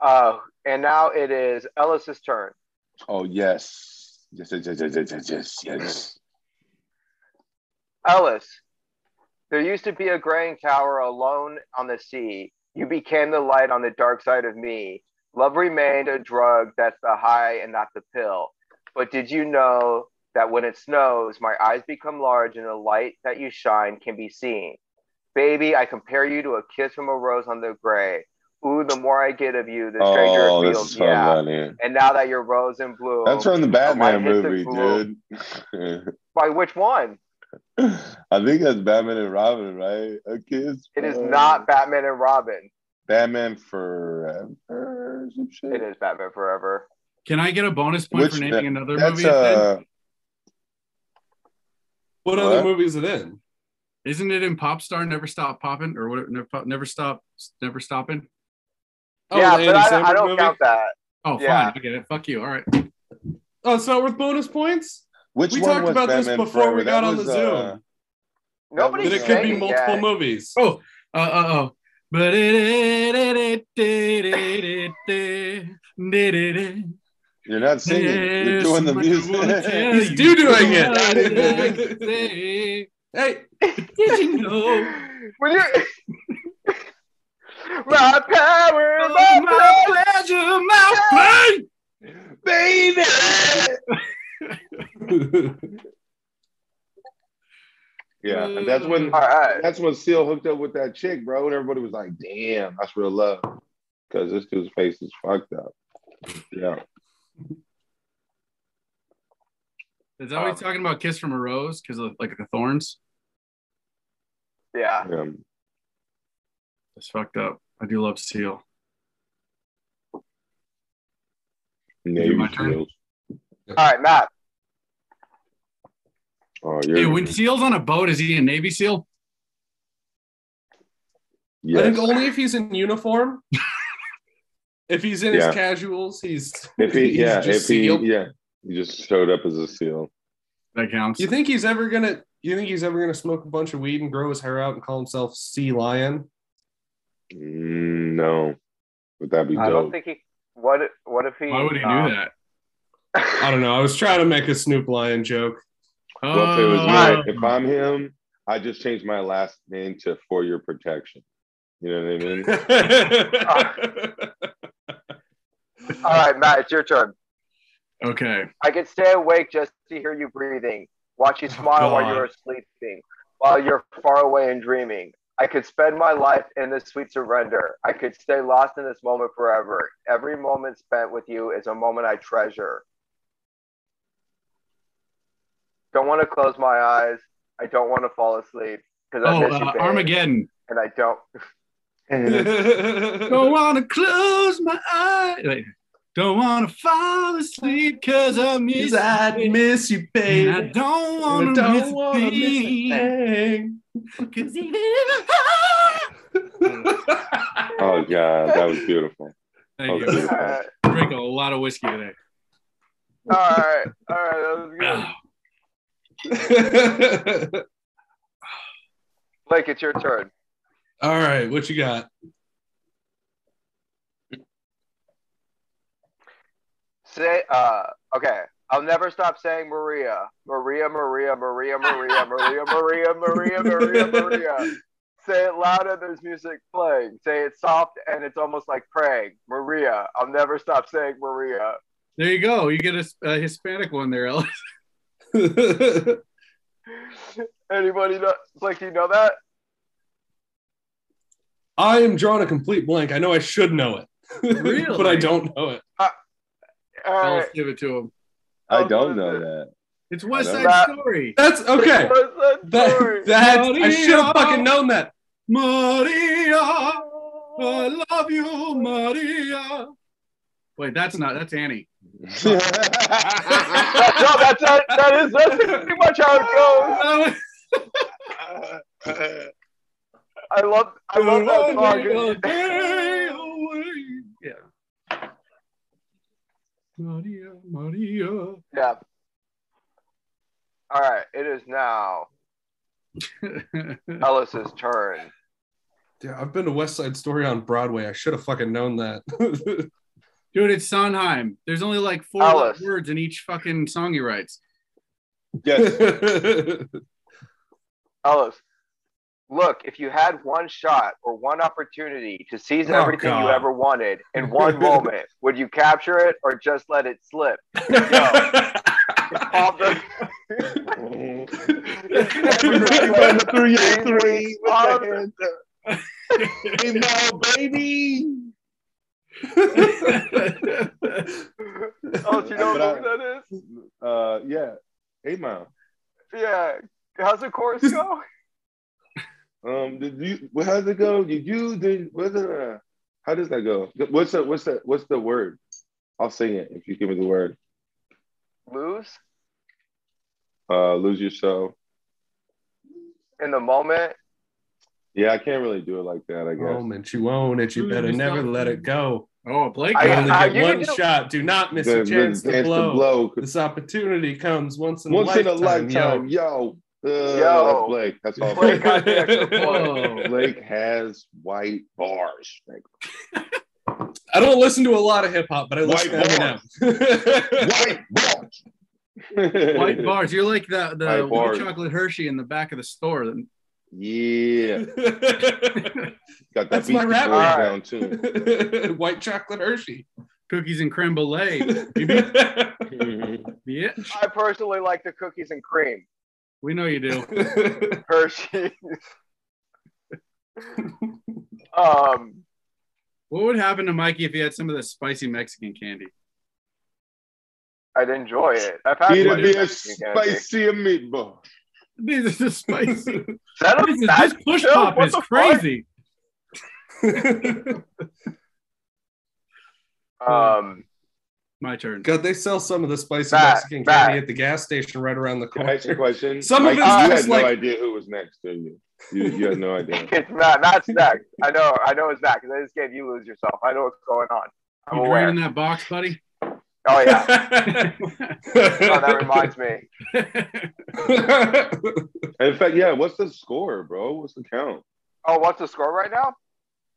S1: Uh, and now it is Ellis's turn.
S2: oh yes. Yes, yes, yes, yes, yes, yes, yes.
S1: Ellis, there used to be a graying tower alone on the sea. You became the light on the dark side of me. Love remained a drug that's the high and not the pill. But did you know that when it snows, my eyes become large and the light that you shine can be seen? Baby, I compare you to a kiss from a rose on the gray. Ooh, the more I get of you, the stranger
S2: Oh,
S1: it
S2: this
S1: feels.
S2: is so
S1: Yeah.
S2: funny.
S1: And now that you're rose and blue,
S2: That's from the Batman
S1: hit the
S2: movie,
S1: floor.
S2: dude. <laughs>
S1: by which one?
S2: I think that's Batman and Robin, right? A kiss.
S1: It is
S2: for-
S1: not Batman and Robin.
S2: Batman Forever. or Some shit.
S1: It is Batman Forever.
S4: Can I get a bonus point
S2: Which-
S4: for naming another
S2: That's
S4: movie? Uh,
S2: uh,
S3: What other
S2: What?
S3: movie is it in?
S4: Isn't it in Popstar Never Stop Poppin' or what? Never, Pop- never Stop, Never Stoppin'?
S1: yeah,
S3: Oh, the
S1: but
S3: Adam
S1: I, I
S3: Sandler
S1: don't
S3: movie?
S1: count that.
S4: Oh,
S1: Yeah.
S4: fine. I get it. Fuck you. All right.
S3: Oh, it's not worth bonus points.
S2: which
S3: we
S2: one
S3: talked
S2: was
S3: about this
S2: Batman
S3: before
S2: Forever?
S3: we got
S2: That
S3: on
S2: was,
S3: the Zoom.
S2: uh,
S1: Nobody's
S3: that
S2: was,
S3: it could be
S1: saying
S3: multiple
S1: yet.
S3: movies.
S4: Oh, uh, uh, oh. But it
S2: You're not singing. You're doing the <laughs> music.
S3: He's do doing it.
S4: <laughs>
S3: hey,
S4: Did
S2: <laughs>
S4: you know?
S1: <laughs> When you <laughs> my power,
S3: Oh,
S1: my,
S4: My
S1: pleasure.
S4: pleasure, my pain.
S2: Baby! Yeah, and that's when
S1: All right,
S2: that's when Seal hooked up with that chick, bro, and everybody was like, "Damn, that's real love," because this dude's face is fucked up. Yeah,
S4: Is that what he's talking about? Kiss from a rose, because of like the thorns.
S1: yeah.
S2: yeah.
S4: That's fucked up. I do love Seal.
S2: Navy
S4: my turn?
S2: Seals.
S1: All right, Matt.
S2: Oh,
S4: Hey,
S2: you're
S4: when Seal's on a boat, is he a Navy SEAL?
S3: I
S2: yes.
S3: think only if he's in uniform. <laughs> if he's in
S2: Yeah.
S3: his casuals, he's.
S2: If he,
S3: <laughs> he's
S2: yeah,
S3: just
S2: if he,
S3: sealed.
S2: yeah, he just showed up as a seal.
S4: That counts.
S3: You think he's ever gonna? You think he's ever gonna smoke a bunch of weed and grow his hair out and call himself Sea Lion?
S2: Mm, no, would that be
S1: I don't
S2: dope?
S1: think he. What? What if he?
S4: Why would he do
S1: um,
S4: that?
S3: I don't know. I was trying to make a Snoop Lion joke.
S2: Well, if it was
S4: Oh.
S2: me, if I'm him, I just changed my last name to for your protection. You know what I mean?
S1: All right, Matt, it's your turn.
S4: <laughs>
S3: <laughs>
S4: okay.
S1: I could stay awake just to hear you breathing, watch you
S3: Oh,
S1: smile while
S3: God.
S1: you are sleeping, while you're far away and dreaming. I could spend my life in this sweet surrender. I could stay lost in this moment forever. Every moment spent with you is a moment I treasure. Don't want to close my eyes. I don't want to fall asleep because I
S4: Oh,
S1: miss you,
S4: uh,
S1: babe,
S4: Armageddon.
S1: and I don't.
S4: Don't want to close my eyes. Like, don't want to fall asleep because I miss
S3: 'Cause I
S4: you.
S3: miss you,
S4: And I
S3: baby.
S4: don't
S3: I
S4: want to miss
S3: don't
S4: a
S3: wanna miss a
S4: thing.
S3: thing.
S4: 'Cause <laughs> even-
S2: oh god, that was beautiful.
S4: Thank
S2: Okay.
S4: you.
S1: <laughs> All right,
S4: Drink a lot of whiskey today.
S1: all right, all right. That
S4: <sighs>
S1: was good.
S4: Ah,
S1: Blake, it's your turn.
S3: <laughs> All right, what you got? <laughs>
S1: Say, uh, okay. I'll never stop saying Maria, Maria, Maria, Maria, Maria, Maria, Maria, Maria, Maria, Maria. Say it louder. There's music playing. Say it soft, and it's almost like praying. Maria. I'll never stop saying Maria.
S4: There you go. You get a, a Hispanic one there, Ellis.
S1: Anybody know? Blake, do you know that?
S3: I am drawing a complete blank. I know I should know it, <laughs> but I
S4: Really?
S3: don't know it.
S1: All
S4: Ellis,
S1: right.
S4: give it to him.
S2: I don't know that.
S4: It's West
S2: I
S4: Side
S1: know.
S4: Story.
S3: That's okay.
S1: What's that story?
S3: That, that I
S4: Maria.
S3: should have fucking known that.
S4: Maria, I love you, Maria. Wait, that's not.
S1: <laughs>
S4: That's Annie. <laughs>
S1: That- no, that's that, that is that's pretty much how it
S4: Oh,
S1: goes. I love I love that song.
S4: Hey, away. Yeah. Maria, Maria. <laughs>
S1: Yeah. All right, it is now Ellis's turn.
S3: Yeah, I've been to West Side Story on Broadway. I should have fucking known that.
S4: <laughs> Dude, it's Sondheim. There's only like four
S1: Alice.
S4: words in each fucking song he writes.
S2: yes.
S1: Ellis, look, if you had one shot or one opportunity to seize
S3: Oh,
S1: everything you
S3: God.
S1: ever wanted
S2: <laughs>
S1: in one moment, would you capture it or just let it slip?
S2: <laughs>
S3: <laughs>
S1: All the-
S2: Everything on the three and three. with
S1: All
S2: the
S1: the-
S2: hands up. Hey now, baby.
S1: <laughs> Oh, do you know
S2: But I-
S1: what movie that is?
S2: Uh, yeah. Hey, mom.
S1: Yeah. How's the chorus go?
S2: Um, did you? well, How's it go? Did you? Did was it? Uh, how does that go? What's the? What's the? What's the word? I'll sing it if you give me the word.
S1: Lose
S2: Uh, lose yourself.
S1: in the moment.
S2: Yeah, I can't really do it like that. I guess.
S3: Moment you own it, you
S4: Ooh,
S3: better
S4: you
S3: never
S4: sound-
S3: let it go.
S4: Oh, Blake.
S1: I-
S3: You
S4: got it.
S3: only
S1: I-
S3: get
S1: you can
S3: one
S1: do-
S3: shot. Do not miss
S2: The-
S3: a chance
S2: the
S3: to
S2: chance
S3: blow.
S2: blow.
S3: This opportunity comes once in
S2: Once
S3: a lifetime.
S2: in a lifetime,
S3: yo.
S2: yo. Uh,
S1: Yo.
S2: that's Blake. That's all. Blake.
S1: Blake got the <laughs> extra point.
S2: <laughs>
S4: Whoa.
S2: Blake has white bars.
S3: <laughs>
S2: Like,
S3: I don't listen to a lot of hip hop, but I listen
S2: White
S3: to
S2: bars.
S3: Eminem.
S2: white bars.
S4: White bars. You're like the, the
S2: White
S4: white
S2: bars.
S4: chocolate Hershey in the back of the store. that-
S2: <laughs> Yeah, got that
S3: That's
S2: beat
S3: my rap.
S1: All right.
S2: down too.
S3: <laughs> White chocolate Hershey.
S4: Cookies and creme
S3: <laughs>
S4: brulee. yeah,
S1: I personally like the cookies and cream.
S4: we know you do.
S2: <laughs>
S1: Hershey's. um,
S4: What would happen to Mikey if he had some of the spicy Mexican candy?
S1: I'd enjoy it. I've had
S2: He'd
S1: one.
S2: be a
S1: Candy.
S2: spicy meatball.
S4: These are just spicy.
S1: That
S4: This
S1: was
S4: is-
S1: that
S4: this push
S1: Yo,
S4: pop
S1: what
S4: is
S1: the fuck?
S4: crazy.
S1: Um,
S4: My turn.
S3: God, they sell some of the spicy
S1: Back,
S3: Mexican
S1: back.
S3: candy at the gas station right around the
S2: Can I ask you a
S3: <laughs> corner.
S2: question?
S3: Some of
S2: Mike,
S3: it's
S2: you
S3: just
S2: had
S3: like-
S2: no idea who was next, did you? You, you had no idea.
S1: it's not that's next. I know, I know it's next. I just gave you lose yourself. I know what's going on. I'm
S4: You
S1: aware.
S4: green in that box, buddy?
S1: Oh <laughs>
S4: <laughs>
S1: yeah. Oh, that reminds me.
S2: In fact, yeah. What's the score, bro? What's the count?
S1: Oh, what's the score right now?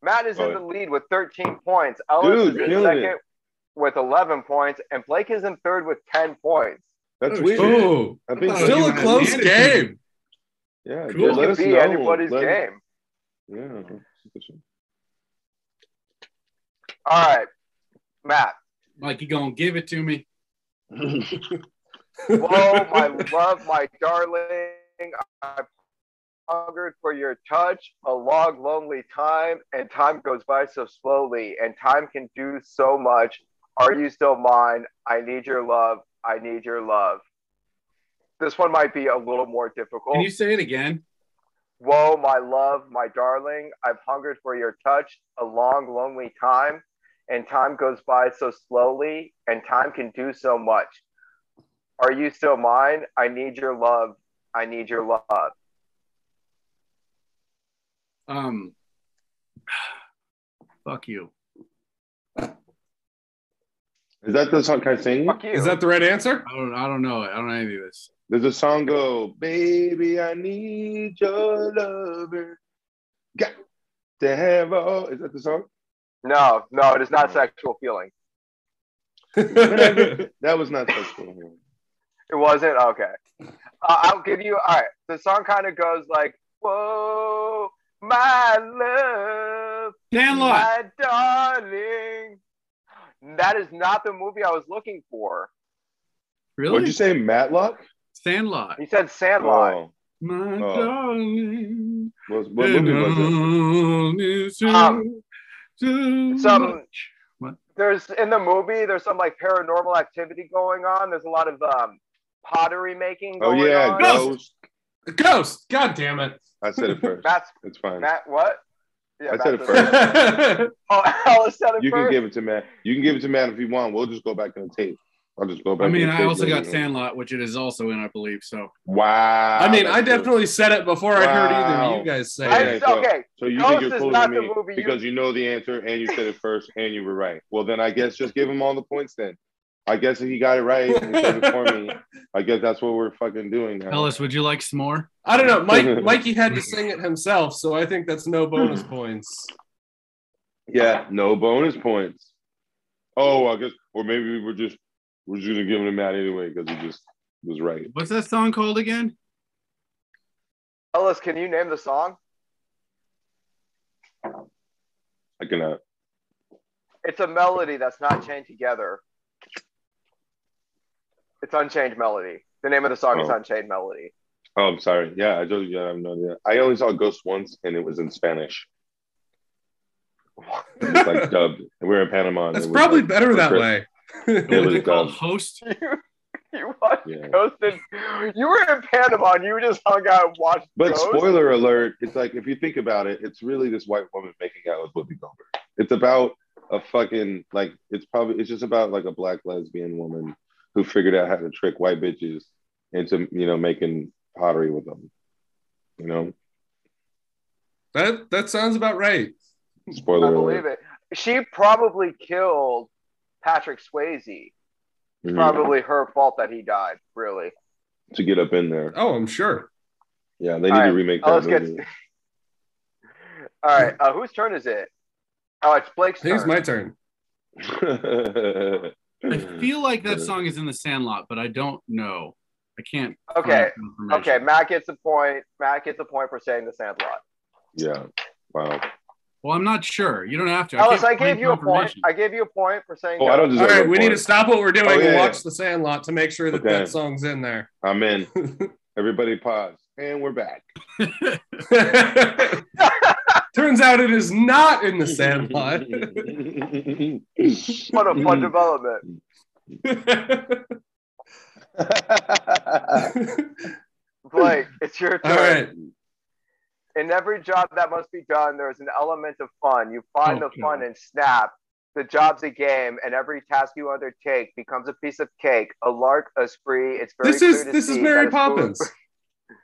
S1: Matt is
S2: Oh,
S1: in
S2: yeah.
S1: the lead with 13 points. Ellis
S2: Dude,
S1: is in
S2: killing
S1: second
S2: it.
S1: with 11 points, and Blake is in third with 10 points.
S2: That's
S4: Oh,
S2: weird.
S3: oh,
S2: I think
S4: Oh,
S3: still
S4: you
S3: a
S4: had
S3: close
S4: Anderson.
S3: game.
S2: Yeah,
S4: Cool.
S2: yeah,
S1: It
S2: let
S1: could
S2: us
S1: be
S2: know.
S1: anybody's
S2: Let-
S1: game.
S2: Yeah.
S1: All right, Matt.
S4: Mikey, gonna give it to me.
S1: Whoa, Oh, my love, my darling. I've hungered for your touch a long, lonely time, and time goes by so slowly, and time can do so much. Are you still mine? I need your love. I need your love. This one might be a little more difficult.
S4: Can you say it again?
S1: Whoa, my love, my darling, I've hungered for your touch a long, lonely time, and time goes by so slowly, and time can do so much. Are you still mine? I need your love. I need your love.
S4: Um, <sighs> fuck you.
S2: Is that the song? Can I sing?
S1: Fuck you.
S3: Is that the right answer?
S4: I don't. I don't know. it. I don't know any of this.
S2: There's a song go, baby, I need your lover. Got
S3: <laughs>
S2: to have a. Is that the song?
S1: no, no, it is not sexual feeling.
S3: <laughs>
S2: that was not sexual.
S1: It wasn't okay. Uh, I'll give you. All right, the song kind of goes like, "Whoa, my love,
S4: Dan Lott.
S1: my darling." That is not the movie I was looking for.
S2: What'd
S4: Really?
S2: you say, Matlock?
S4: Sandlot.
S1: He said Sandlot.
S2: Oh,
S4: My
S2: Oh.
S4: darling.
S2: was, what movie was it?
S1: Um,
S4: um,
S1: some- There's in the movie. There's some like paranormal activity going on. There's a lot of um, pottery making.
S2: Oh
S1: Going
S2: yeah,
S1: on.
S3: Ghost.
S2: Ghost.
S3: Ghost. God damn it.
S2: I said it first.
S1: Matt's
S2: It's fine.
S1: Matt. What? Yeah,
S2: I said it
S1: Matt
S2: first.
S1: Oh, <laughs> Alice said it
S2: You can
S1: first.
S2: give it to Matt. You can give it to Matt if you want. We'll just go back to the tape. I'll just go back.
S4: I mean,
S2: to the
S4: I
S2: tape
S4: also got
S2: later.
S4: Sandlot, which it is also in, I believe. So
S2: Wow.
S3: I mean,
S2: Ah, that's
S3: I
S2: good.
S3: definitely said it before I heard either of
S2: Wow.
S3: you guys say
S1: I,
S3: it.
S2: Hey, so-
S1: okay,
S2: So you
S1: Ghost
S2: think you're
S1: is
S2: cooler
S1: not
S2: than
S1: the
S2: me
S1: movie you-
S2: because you know the answer and you said it first and you were right. Well, then I guess just give him all the points then. I guess if he got it right and said it for
S4: <laughs>
S2: me, I guess that's what we're fucking doing now.
S4: Ellis, would you like some more?
S3: I don't know.
S2: <laughs>
S3: Mike Mikey had to sing it himself, so I think that's no bonus points.
S2: Yeah, no bonus points. Oh, I guess, or maybe we were just we're just gonna give him to Matt anyway because he just was right.
S4: What's that song called again?
S1: Ellis, can you name the song?
S2: I cannot.
S1: It's a melody that's not chained together. It's Unchained Melody. The name of the song is
S2: Oh.
S1: Unchained Melody. <laughs>
S2: Oh, I'm sorry. Yeah, I told you I have no idea. I only saw Ghost once and it was in Spanish. <laughs> It was like dubbed. And we were in Panama. and it
S3: That's
S2: was,
S3: probably
S2: like,
S3: better
S2: for
S3: that
S2: Christmas.
S3: way.
S2: It
S4: What
S2: was
S4: is it called?
S2: dumb.
S4: Host.
S1: You watched
S2: Yeah.
S1: Ghost and you were in Panama and you just hung out and watched
S2: But
S1: Ghost.
S2: spoiler alert, it's like if you think about it, it's really this white woman making out with Whoopi Goldberg. It's about a fucking like it's probably it's just about like a black lesbian woman who figured out how to trick white bitches into you know making pottery with them. You know,
S3: <laughs> That that sounds about right.
S1: I
S2: spoiler
S1: believe
S2: alert.
S1: it. She probably killed Patrick Swayze.
S2: Mhm.
S1: Probably her fault that he died, really.
S2: to get up in there.
S3: Oh, I'm sure.
S2: Yeah, they need
S1: All right.
S2: to remake
S1: Oh,
S2: that
S1: let's get-
S2: movie.
S1: All right. Uh, whose turn is it? Oh, it's Blake's
S3: I think it's
S1: turn.
S3: my turn. <laughs>
S4: I
S2: Hmm.
S4: feel like that song is in the Sandlot, but I don't know. I can't. find
S1: Okay.
S4: confirmation.
S1: Okay, Matt gets a point. Matt gets a point for saying the Sandlot.
S2: yeah. Wow.
S4: Well, I'm not sure. You don't have to.
S1: Ellis,
S4: can't
S1: I gave
S4: find
S1: you a point.
S4: confirmation.
S1: I gave you a point for saying.
S2: Oh, I
S1: no.
S2: don't
S3: All
S2: deserve
S3: right,
S2: a
S3: we need to
S2: point.
S3: stop what we're doing
S2: Oh,
S3: and
S2: yeah,
S3: watch
S2: yeah.
S3: The Sandlot to make sure that
S2: Okay.
S3: that song's in there. <laughs>
S2: I'm in. Everybody pause. And we're back.
S3: Turns out it is not in The
S2: <laughs>
S1: <laughs>
S3: Sandlot. <laughs>
S1: what a fun development. Blake, it's your turn.
S3: All right.
S1: In every job that must be done, there is an element of fun. You find
S4: Oh,
S1: the fun in Snap. The job's a game, and every task you undertake becomes a piece of cake, a lark, a spree. It's very
S3: This
S1: clear
S3: is
S1: to
S3: this is
S1: see
S3: Mary
S1: that a spoon-
S3: Poppins.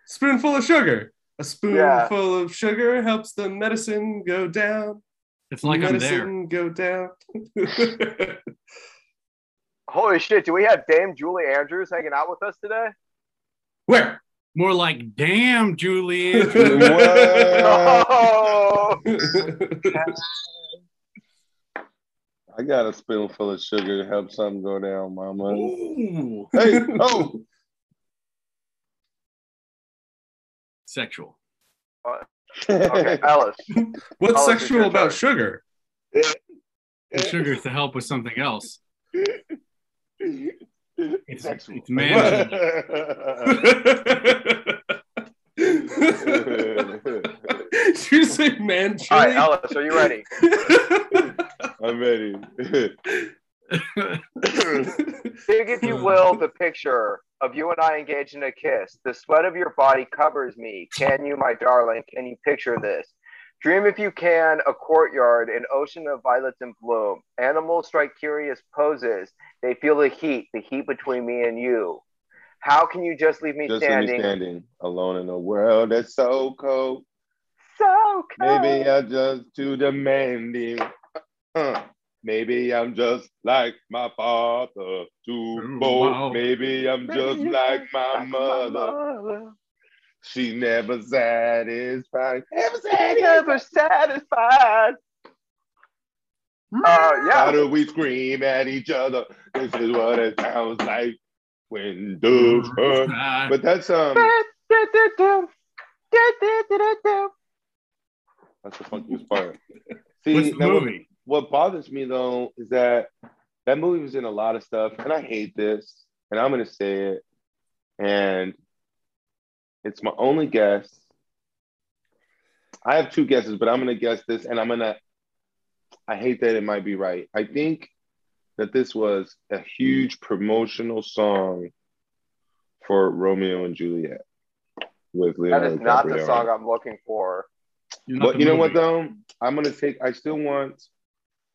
S3: Spoonful of sugar. A spoonful
S1: Yeah.
S3: of sugar helps the medicine go down.
S4: It's like I'm there.
S3: medicine
S4: <laughs>
S3: go down.
S1: Holy shit! Do we have Dame Julie Andrews hanging out with us today?
S3: Where?
S4: More like,
S2: <laughs>
S4: damn, Julie.
S2: What?
S1: Oh,
S2: I got a spoonful of sugar to help something go down, mama.
S4: Ooh.
S2: Hey, oh,
S4: Sexual.
S1: <laughs> okay,
S2: <laughs>
S3: <laughs>
S1: Alice.
S3: What's
S1: I'll let you
S3: sexual
S1: judge
S3: about
S1: that.
S3: sugar?
S4: The sugar's to help with something else. It's,
S2: Sexual.
S4: it's man.
S3: <laughs> Did you say man
S1: All right,
S3: chili?
S1: Alice, are you ready?
S2: <laughs> I'm ready.
S1: Dig, if you will, the picture of you and I engaged in a kiss. The sweat of your body covers me. Can you, my darling, can you picture this? Dream, if you can, a courtyard, an ocean of violets in bloom. Animals strike curious poses. They feel the heat, the heat between me and you. How can you just leave me
S2: Just let me
S1: standing?
S2: standing alone in a world that's so cold.
S1: So cold.
S2: Maybe I'm just too demanding. Huh. Maybe I'm just like my father, too
S4: Ooh,
S2: bold.
S4: wow.
S2: Maybe I'm just like my mother. She never satisfied. Never satisfied.
S1: Never satisfied. Uh,
S2: How
S1: yeah.
S2: do we scream at each other? This is what it sounds like when doves burn.
S4: Ah,
S2: But that's <laughs> um, that's the funkiest part. See,
S4: what's the
S2: now what-
S4: movie?
S2: what bothers me though is that that movie was in a lot of stuff, and I hate this, and I'm gonna say it, and it's my only guess. I have two guesses, but I'm gonna guess this, and I'm gonna. I hate that it might be right. I think that this was a huge promotional song for Romeo and Juliet with
S1: That
S2: Leonardo
S1: is not
S2: DiCaprio.
S1: the song I'm looking for.
S4: You're not
S2: But
S4: the
S2: you know what
S4: movie.
S2: though? I'm gonna take I still want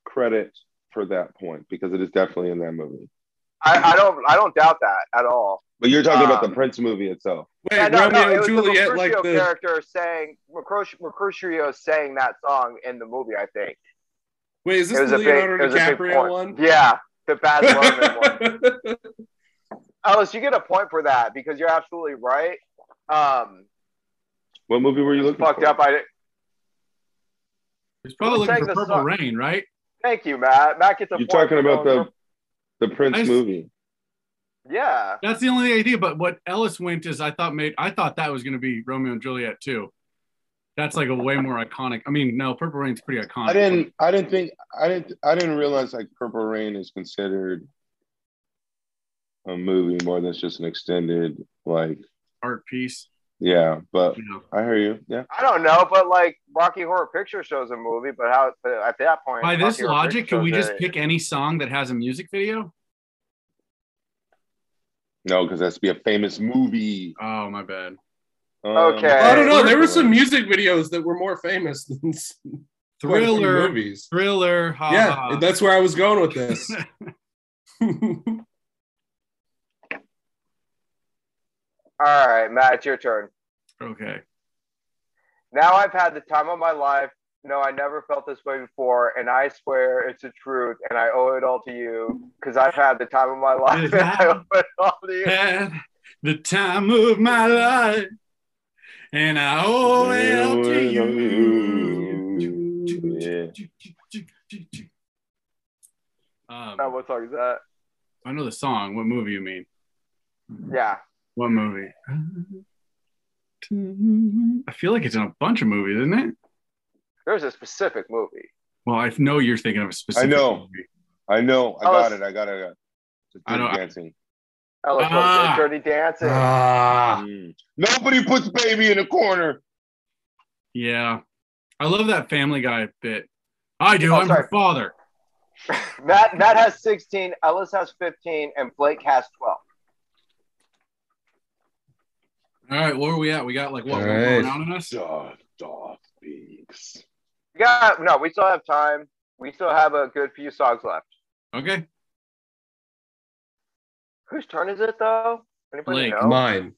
S2: credit for that point because it is definitely in that movie.
S1: I, I don't I don't doubt that at all.
S2: But you're talking about
S1: Um,
S2: the Prince movie itself.
S3: <laughs> Wait,
S1: Yeah, no, no,
S3: Romeo
S1: it
S3: and
S1: was
S3: Juliet,
S1: the
S3: like
S1: Mercutio
S3: the
S1: character saying Mercutio, Mercutio saying that song in the movie. I think
S3: wait, is
S1: it
S3: this
S1: was
S3: the
S1: a big, it
S3: Leonardo
S1: was a big
S3: DiCaprio
S1: point.
S3: one?
S1: Yeah, the Baz
S3: <laughs>
S1: Luhrmann one. Alice, you get a point for that because you're absolutely right. Um,
S2: What movie were you looking
S1: fucked
S2: for?
S1: up. I did
S4: It's probably
S1: Who's
S4: looking
S1: saying
S4: for
S1: the
S4: Purple
S1: song?
S4: Rain, right?
S1: Thank you, Matt. Matt gets a
S2: You're
S1: point
S2: talking
S1: for
S2: about
S1: going
S2: the the Prince
S4: I s-
S2: movie.
S1: for- yeah.
S4: That's the only idea. But what Ellis went is I thought made I thought that was going to be Romeo and Juliet too. That's like a way more iconic. I mean, no, Purple Rain's pretty iconic.
S2: I didn't I didn't think I didn't I didn't realize like Purple Rain is considered a movie more than it's just an extended like
S4: art piece.
S2: yeah, but
S4: You know,
S2: I hear you. Yeah.
S1: I don't know, but like Rocky Horror Picture Show's a movie, but how but at that point
S4: by this
S1: Rocky Horror
S4: logic,
S1: Picture
S4: can we
S1: Show's
S4: just
S1: a-
S4: pick any song that has a music video?
S2: No, because that's be a famous movie.
S4: Oh my bad.
S2: Um,
S1: Okay.
S3: Well, I don't know.
S1: Hey,
S3: There were some music videos that were more famous than <laughs> s- quite a few
S4: Thriller, Ah.
S3: movies.
S4: thriller. Ha,
S3: Yeah,
S4: ha.
S3: that's where I was going
S4: <laughs>
S3: with this. <laughs>
S1: All right, Matt, it's your turn.
S4: okay.
S1: Now I've had the time of my life. No, I never felt this way before, and I swear it's the truth, and I owe it all to you because I've had the time of my life, and I owe it all to you.
S4: Had the time of my life, and I owe it all to you. Um,
S1: Now, what song is that?
S4: I know the song. What movie you mean?
S1: Yeah,
S4: What movie? I feel like it's in a bunch of movies, isn't it?
S1: there's a specific movie.
S4: Well, I know you're thinking of a specific.
S2: know.
S4: Movie.
S2: I know. I
S1: Oh,
S2: got
S1: it's-
S2: it. I got it. I got it. It's
S4: I
S2: Dirty
S4: don't-
S2: dancing.
S1: Ellis,
S4: Ah.
S1: ah. Dirty Dancing.
S3: ah,
S2: Mm. Nobody puts baby in a
S1: <laughs>
S2: corner.
S4: Yeah, I love that Family Guy bit. I do.
S1: Oh,
S4: I'm her
S1: sorry.
S4: father.
S1: Matt, Matt has 16, Ellis has 15, and Blake has 12.
S4: All right, where are we at? We got like what?
S3: All
S4: one
S3: right.
S4: going on in us?
S2: Dog, dog speaks.
S1: We got no, we still have time. We still have a good few songs left.
S4: Okay.
S1: Whose turn is it though? Anybody
S4: Blake.
S1: know?
S3: mine.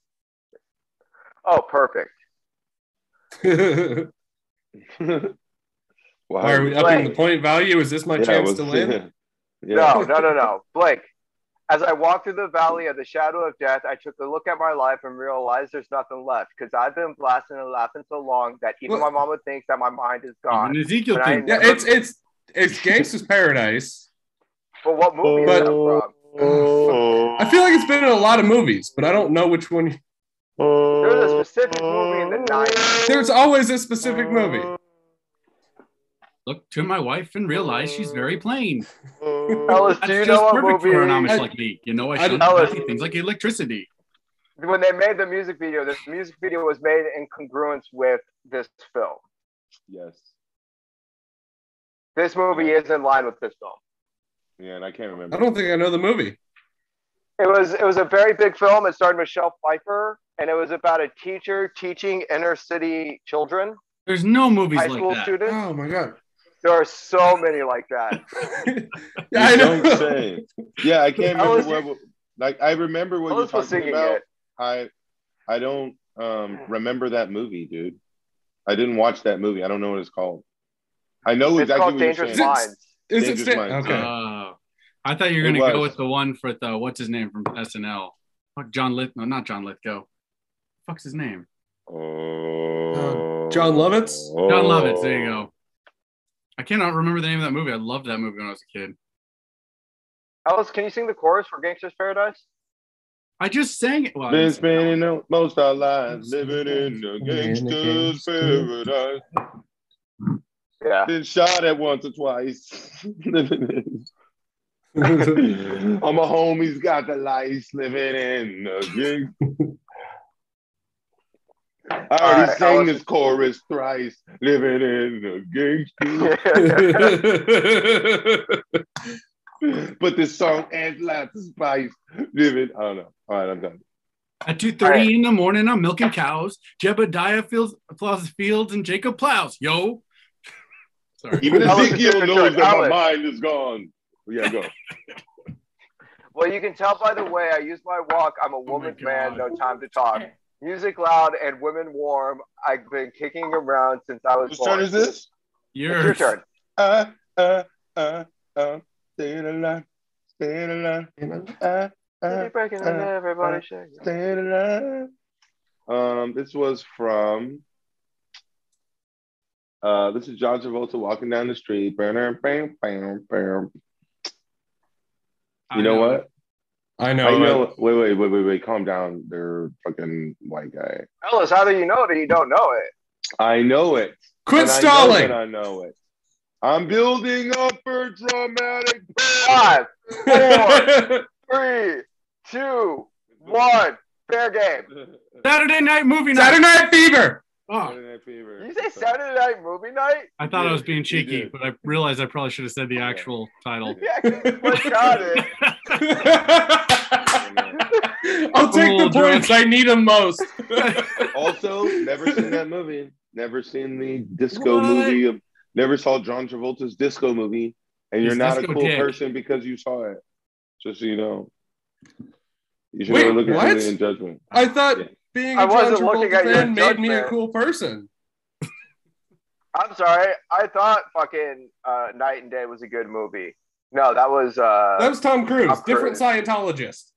S3: <laughs>
S1: oh, perfect.
S3: Why
S2: Wow.
S3: are we upping the point value? Is this my
S2: Yeah,
S3: chance
S2: was-
S3: to win?
S2: <laughs> yeah.
S1: No, no, no, no. <laughs> Blake. As I walked through the valley of the shadow of death, I took a look at my life and realized there's nothing left because I've been blasting and laughing so long that even my
S3: Well-
S1: mama thinks that my mind is
S4: An
S1: gone.
S4: Ezekiel
S1: But I-
S4: thing.
S3: Yeah, it's it's it's Gangsta's Paradise.
S1: But what movie is
S3: But-
S1: that from?
S3: I feel like it's been in a lot of movies, but I don't know which one. <laughs>
S1: There's a specific movie in the 90s.
S3: There's always a specific movie.
S4: Look to my wife and realize she's very plain.
S1: Ellis,
S4: That's
S1: do you
S4: just
S1: know what
S4: perfect for an
S1: movie?
S4: Amish
S3: I-
S4: like me. You know, I
S3: I
S4: should
S1: don't-
S4: know things like electricity.
S1: When they made the music video, the music video was made in congruence with this film.
S2: Yes.
S1: This movie is in line with this film.
S2: Yeah, and I can't remember.
S3: I don't think I know the movie.
S1: It was it was a very big film. It starred Michelle Pfeiffer, and it was about a teacher teaching inner city children,
S4: There's no movies
S1: high
S4: like
S1: school
S4: that.
S1: students.
S3: Oh my god! <laughs>
S1: There are so many like that.
S2: You
S3: yeah, I know.
S2: don't say. Yeah, I can't
S1: I
S2: remember
S1: was-
S2: what. Like I remember what you're
S1: Ellis was
S2: talking
S1: singing
S2: about.
S1: it.
S2: I I don't um, remember that movie, dude. I didn't watch that movie. I don't know what it's called. I know
S1: It's
S2: exactly
S1: called
S2: what you're
S1: Dangerous
S2: saying.
S3: Mind.
S1: Minds.
S3: <laughs> Is it
S2: Dangerous
S3: sta-
S2: Minds.
S3: okay?
S4: Uh, I thought you were
S2: It
S4: gonna go
S2: was.
S4: with the one for the what's his name from SNL. Fuck John Lith. No, not John Lithgow. Fuck's his name?
S2: Oh.
S3: John Lovitz?
S1: Oh.
S4: John Lovitz. There you go. I cannot remember the name of that movie. I loved that movie when I was a kid.
S1: Alice, can you sing the chorus for Gangster's Paradise?
S4: I just sang it. Well, I
S2: Been
S4: didn't sing it.
S2: spending out most our lives living in the gangster's paradise. <laughs>
S1: Yeah. <laughs>
S2: Been shot at once or twice. <laughs> living in. <laughs> All my homies got the lights living in the gang. I already
S1: Alright,
S2: sang
S1: Alice.
S2: this chorus thrice. Living in the gangster. Ah.
S3: <laughs>
S2: <laughs> but this song adds lots of spice. Living, I don't know. All right, I'm done.
S4: At two thirty in the morning, I'm milking cows. Jebediah fields, plows fields, and Jacob plows. Yo, <laughs> sorry.
S2: Even
S1: That was a
S2: Ezekiel
S1: different
S2: knows
S1: choice.
S2: that my
S1: Alex.
S2: mind is gone. Yeah, go.
S1: Well, you can tell by the way I use my walk. I'm a woman's man,
S4: Oh God.
S1: no time to talk. Music loud and women warm. I've been kicking around since I was
S2: Whose
S1: born.
S2: turn is this?
S1: It's your
S4: Yours.
S1: turn.
S2: Uh, uh, uh, uh. Stay in line. Stay in line. Uh, uh,
S1: breaking
S2: uh,
S1: everybody
S2: uh, stay in line. Um, this was from. Uh, this is John Travolta walking down the street. Bam, bam, bam, bam.
S4: I
S2: You know what?
S3: I
S2: I
S3: know.
S2: know. Wait, wait, wait, wait, wait. Calm down. They're fucking white guy.
S1: Ellis, how do you know that you don't know it?
S2: I know it.
S3: Quit
S2: And I know
S3: stalling.
S2: that I know it. I'm building up for dramatic.
S1: Five, three, two,
S2: <laughs>
S1: one. Fair game.
S4: Saturday night <laughs> movie night.
S3: <laughs> Saturday Night Fever. <laughs>
S4: Oh,
S2: Saturday Night Fever.
S1: Did you say Saturday night movie night?
S4: I thought I was being
S2: You
S4: cheeky,
S2: did.
S4: but I realized I probably should have said the actual title.
S1: Yeah, I got it.
S3: I'll take
S4: Oh,
S3: the points. I need them most.
S2: Also, never seen that movie. Never seen the disco
S4: What?
S2: movie. Of, never saw John Travolta's disco movie. And you're
S4: He's
S2: not a
S4: disco
S2: cool
S4: dick.
S2: person because you saw it. Just so you know. You should
S3: Wait,
S2: never look at
S3: what?
S2: something in judgment.
S3: I thought
S2: Yeah.
S3: being a
S1: I
S3: John
S1: wasn't looking
S3: Travolta
S1: at your
S3: fan made me a
S1: judgment.
S3: cool person.
S1: I'm sorry. I thought fucking uh, Night and Day was a good movie. No, that was. Uh,
S3: That was Tom Cruise,
S1: Tom
S3: different
S1: Cruise.
S3: Scientologist.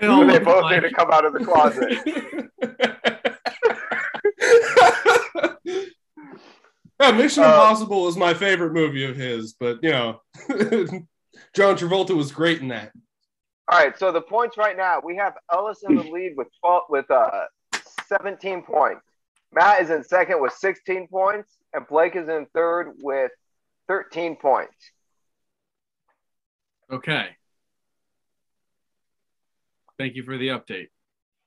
S4: They all
S1: <laughs> they
S4: look
S1: both
S4: alike.
S1: need to come out of the
S3: <laughs>
S1: closet.
S3: yeah, Mission
S1: Uh,
S3: Impossible is my favorite movie of his, but you know, <laughs> John Travolta was great in that.
S1: All right, so the points right now, we have Ellis in the lead with 12 with uh 17 points. Matt is in second with 16 points, and Blake is in third with 13 points.
S4: Okay. Thank you for the update.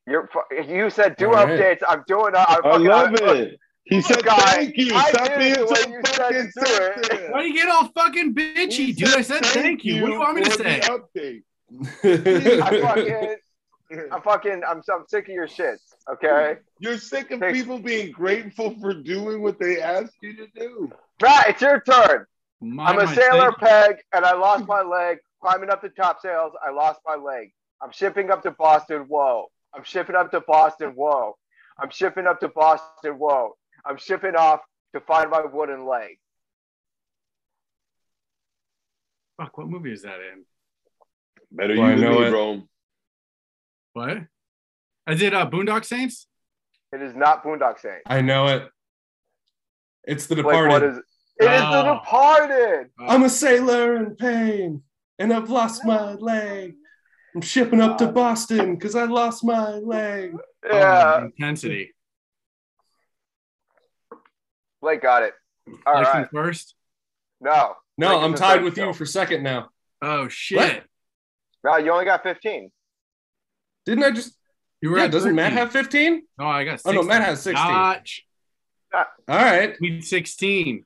S1: You're fu- you said do
S3: All right.
S1: updates. I'm doing i
S2: I love it. He said,
S1: Guy,
S2: "Thank you."
S1: I
S2: Stop
S1: did
S2: being
S1: it
S2: so
S1: the way you said
S2: fucking
S1: to do it.
S2: sensitive.
S4: Why do you get all fucking
S2: He
S4: bitchy, dude? I said thank you. What do you want me to
S2: for
S4: say?
S2: the
S1: I fucking I'm fucking I'm, I'm sick of your shit. Okay.
S2: You're sick of
S1: Thanks.
S2: people being grateful for doing what they asked you to do.
S1: Matt, it's your turn.
S4: My,
S1: I'm
S4: my,
S1: a sailor
S4: thank-
S1: peg and I lost my leg. Climbing up the top sails, I lost my leg. I'm shipping up to Boston, whoa. I'm shipping up to Boston, whoa. I'm shipping up to Boston, whoa. I'm shipping off to find my wooden leg.
S4: Fuck, what movie is that in?
S2: Better
S3: Well, I know it.
S2: bro.
S4: What? Is it uh, Boondock Saints?
S1: It is not Boondock Saints.
S3: I know it. It's the
S1: Like,
S3: departed.
S1: what is it? Is the
S4: Oh.
S1: departed.
S3: I'm a sailor in pain, and I've lost my leg. I'm shipping up to Boston because I lost my leg.
S4: Oh,
S1: Yeah.
S4: intensity.
S1: Blake got it. All
S4: Lexi
S1: right.
S4: first.
S1: No.
S3: No,
S1: Blake
S3: I'm
S1: is
S3: tied
S1: in
S3: with you
S1: third
S3: for second now.
S4: Oh shit!
S3: What?
S1: still. No, you only got 15.
S3: Didn't I just?
S4: You
S3: Yeah,
S4: at
S3: doesn't Matt
S4: 13.
S3: have 15?
S4: No, I got.
S3: Oh,
S4: 16.
S3: no, Matt has 16.
S4: Notch.
S3: All right.
S4: We need sixteen.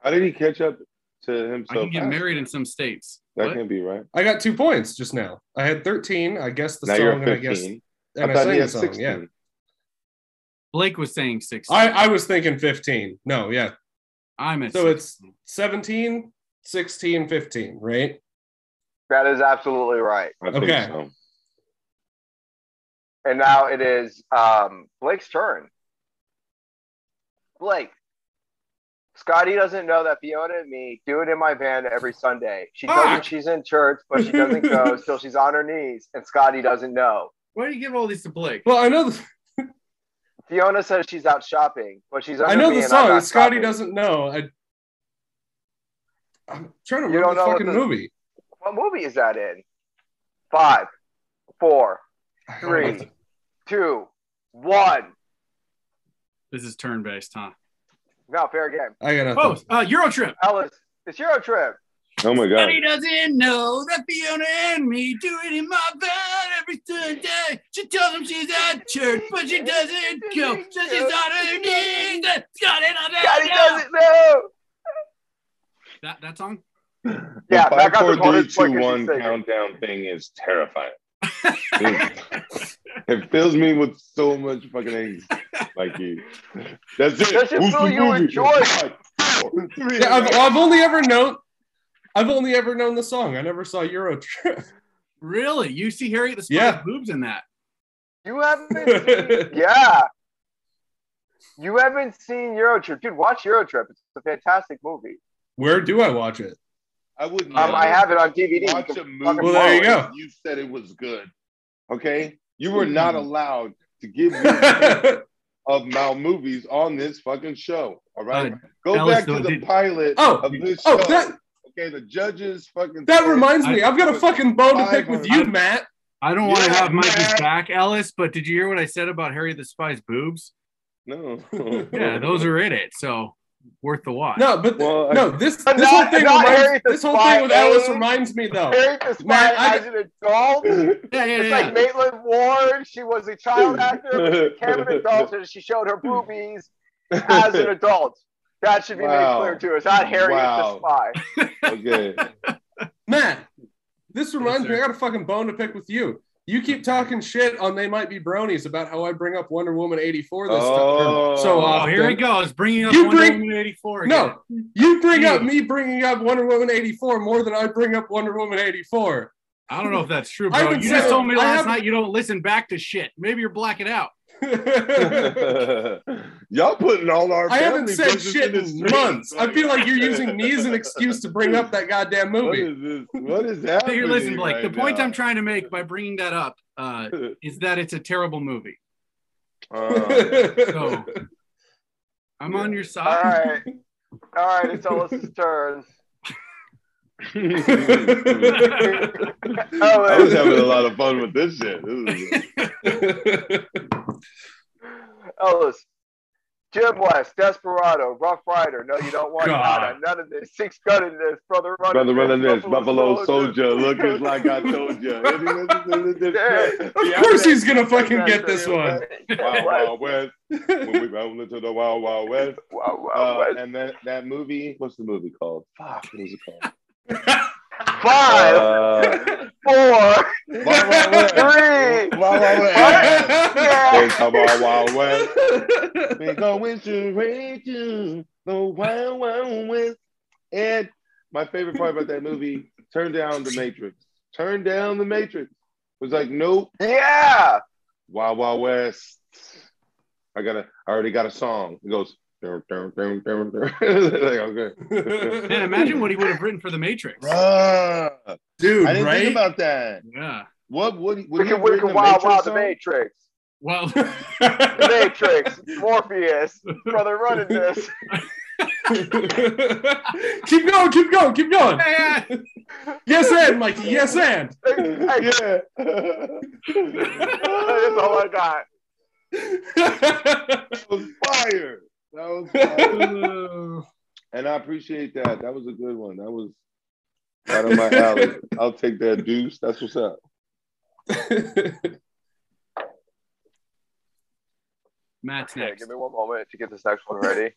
S2: How did he catch up to
S4: I
S2: himself?
S4: can get
S2: fast?
S4: married in some states.
S2: That
S4: What?
S2: can't be right.
S3: I got two points just now. I had 13. I guessed the
S2: now you're
S3: song, and I guessed
S2: 15. I,
S3: and I,
S2: thought
S3: sang
S2: he
S3: the
S2: had
S3: song.
S2: 16.
S3: Yeah,
S4: Blake was saying sixteen.
S3: I, I was thinking 15. No, yeah.
S4: I'm at.
S3: So
S4: 16.
S3: it's 17, 16, 15, right?
S1: That is absolutely right.
S2: I think
S3: Okay.
S2: so.
S1: And now it is um, Blake's turn. Blake. Scotty doesn't know that Fiona and me do it in my van every Sunday. She tells him
S3: Fuck.
S1: she's in church, but she doesn't
S3: <laughs>
S1: go till she's on her knees, and Scotty doesn't know.
S4: Why do you give all these to Blake?
S3: Well, I know. The,
S1: Fiona says she's out shopping, but she's.
S3: I
S1: under
S3: know
S1: me
S3: the
S1: and I'm
S3: song.
S1: not
S3: Scotty
S1: shopping.
S3: doesn't know. I, I'm trying to
S1: You
S3: remember
S1: don't
S3: the
S1: know what
S3: fucking
S1: the-
S3: movie.
S1: What movie is that in? Five, four, Three. two, one.
S4: This is turn based, huh?
S1: No, fair game.
S3: I got
S4: Oh,
S3: nothing.
S4: uh, Euro trip.
S1: Ellis, it's Euro trip.
S2: Oh my god.
S4: Johnny doesn't know that Fiona and me do it in my bed every Sunday. She tells him she's at church, but she doesn't go. So she's on her knees. Scotty doesn't
S1: Scotty
S4: know.
S1: doesn't know.
S4: That, that song?
S1: Yeah,
S2: the five,
S1: back out
S2: four,
S1: the corner,
S2: three,
S1: it's like
S2: two,
S1: you're
S2: one
S1: singing.
S2: countdown thing is
S3: <laughs>
S2: terrifying. it, it fills me with so much fucking angst, Mikey. That's it.
S1: That should
S2: Who's
S1: fill
S2: the
S1: you with
S2: movie?
S1: joy.
S2: Five, four, three.
S3: Yeah, I've, I've only ever known. I've only ever known the song. I never saw Euro Trip.
S4: Really? You see Harriet the Spy
S3: Yeah.
S4: boobs in that?
S1: You haven't seen, yeah. You haven't seen Eurotrip. Dude, watch Eurotrip. It's a fantastic movie.
S3: Where do I
S1: <laughs>
S3: watch it?
S2: I wouldn't.
S1: Um, I have it on DVD.
S2: watch
S1: You
S2: a
S1: can
S2: movie.
S1: fucking
S3: Well, there you
S1: borrow it.
S3: go. Mm-hmm.
S2: You said it was good. Okay, you were not allowed to give me
S3: <laughs>
S2: of mal movies on this fucking show. All right,
S4: Uh,
S2: go
S4: Ellis,
S2: back to
S4: though,
S2: the
S4: did-
S2: pilot
S3: Oh,
S2: of this show.
S3: oh, that
S2: okay, the judges fucking.
S3: that
S2: said-
S3: reminds me. I've got a fucking bone to pick with you,
S4: I-
S3: Matt.
S4: I don't want to
S2: Yeah,
S4: have Mikey's
S2: man.
S4: back, Ellis, but did you hear what I said about Harriet the Spy's boobs?
S2: No. <laughs>
S4: Yeah, those are in it. So worth the watch.
S3: No, but
S2: Well, I-
S3: no. This
S1: But
S3: this
S1: not-
S3: whole thing
S1: not
S3: reminds,
S1: Harriet the
S3: this whole
S1: Spy,
S3: thing with Alice
S1: eh?
S3: reminds me though.
S1: Harriet the Spy
S3: Man, I-
S1: as an adult.
S4: Yeah, yeah,
S1: It's
S4: yeah.
S1: like Maitland Ward. She was a child actor, but she
S2: <laughs>
S1: became an adult, and she showed her boobies as an adult. That should be
S2: Wow.
S1: made clear too. It's not Harriet
S2: Wow.
S1: the Spy.
S2: okay.
S3: Matt, this reminds
S4: Yes,
S3: me. I
S4: sir.
S3: got a fucking bone to pick with you. You keep talking shit on they might be bronies about how I bring up Wonder Woman eighty four this
S2: Oh.
S3: time. So uh,
S4: oh,
S3: often.
S4: here he goes, bringing up
S3: You
S4: Wonder
S3: bring-
S4: Woman 84 again.
S3: No, you bring up me bringing up Wonder Woman eighty four more than I bring up Wonder Woman
S2: <laughs>
S3: eighty four.
S4: I don't know if that's true,
S3: I
S4: bro.
S3: would
S4: You just
S2: say-
S4: told me
S3: I
S4: last
S3: haven't-
S4: night you don't listen back to shit. Maybe you're blacking out.
S2: <laughs> Y'all putting all our
S3: I haven't
S2: family
S3: said
S2: business
S3: shit
S2: the
S3: in
S2: streets.
S3: months. I feel like you're using me
S2: <laughs>
S3: as an excuse to bring up that goddamn
S2: What
S3: movie.
S2: is this? What
S3: <laughs>
S2: is happening?
S4: Here, listen, Blake. the point
S2: now?
S4: I'm trying to make by bringing that up
S3: <laughs>
S4: uh, is that it's a terrible movie.
S2: Uh, <laughs>
S3: <laughs>
S4: So I'm on your
S1: All
S4: side.
S1: right, all right. It's Ellis's turn.
S2: I was having a lot of fun with this shit. This is-
S1: Ellis, Jim West, Desperado, Rough Rider. No, you don't want
S3: God.
S1: nada. None of this. Six gun in this. Brother running
S2: Brother running this, Buffalo
S1: Soldier.
S2: Soldier, looking like I told <laughs> you.
S1: Of
S3: of course, he's gonna fucking get this one.
S2: <laughs> Wild Wild West, <laughs> when we roll into the Wild Wild West.
S1: Wow, wow,
S2: Uh,
S1: wow.
S2: and that that movie, what's the movie called? Fuck, what is it <laughs> called?
S1: Five,
S2: Uh,
S1: four,
S2: Wild
S3: <laughs>
S2: Uh, Wild West.
S1: three.
S2: Wild Wild West.
S3: <laughs>
S2: It's the Wild Wild West. <laughs> We're going to raid you, the Wild Wild West. And my favorite part about that movie, turn down the Matrix. Turn down the Matrix. Was like, nope,
S1: Yeah.
S2: Wild Wild West. I gotta, I already got a song. It goes. Dun, dun, dun, dun, <laughs> dun. like, okay.
S4: Man, imagine what he would have written for The Matrix.
S2: Bruh. I
S3: Dude,
S2: didn't think
S3: right?
S2: about that.
S4: Yeah.
S2: What would would
S1: We
S2: he
S1: can, we
S2: written
S1: can
S2: a
S1: wild,
S2: Matrix
S1: wild the
S2: song? <laughs>
S1: Matrix.
S3: <laughs>
S4: Well,
S1: The Matrix, Morpheus, brother running
S3: <laughs>
S1: this.
S3: keep going, keep going, keep going.
S4: yeah.
S3: Yes, and Mikey. Yes, and.
S1: Hey, hey, that's all
S2: yeah.
S1: I got.
S2: <laughs> that was fire. That was
S1: <laughs>
S4: <laughs>
S2: fire. and I appreciate that. That was a good one. That was right on my
S1: <laughs>
S2: alley. I'll take that deuce. That's what's up.
S4: Matt's
S1: Okay,
S4: next.
S1: give me one moment to get this next one ready.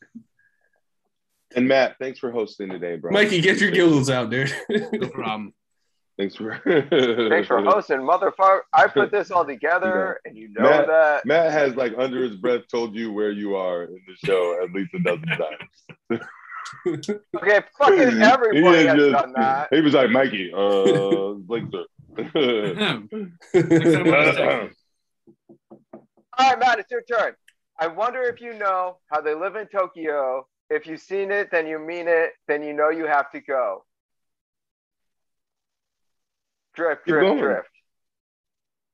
S2: And Matt, thanks for hosting today, bro.
S3: Mikey, get your gills out, dude.
S4: No
S3: <laughs>
S4: problem. <laughs>
S2: Thanks for <laughs>
S1: Thanks for hosting, motherfucker. I put this all
S2: <laughs>
S1: together, and you know
S2: Matt-
S1: that.
S2: Matt has like under his breath told you where you are in the show at least a dozen times.
S1: Okay,
S2: <laughs>
S1: fucking
S2: He
S1: everybody
S2: is
S1: has
S2: just-
S1: done that.
S2: He was like, Mikey, uh, Blake,
S4: <laughs>
S2: sir.
S1: All right, Matt, it's your turn. I wonder if you know how they live in Tokyo. If you've seen it, then you mean it. Then you know you have to go. Drift,
S2: Keep
S1: drift,
S2: going.
S1: drift.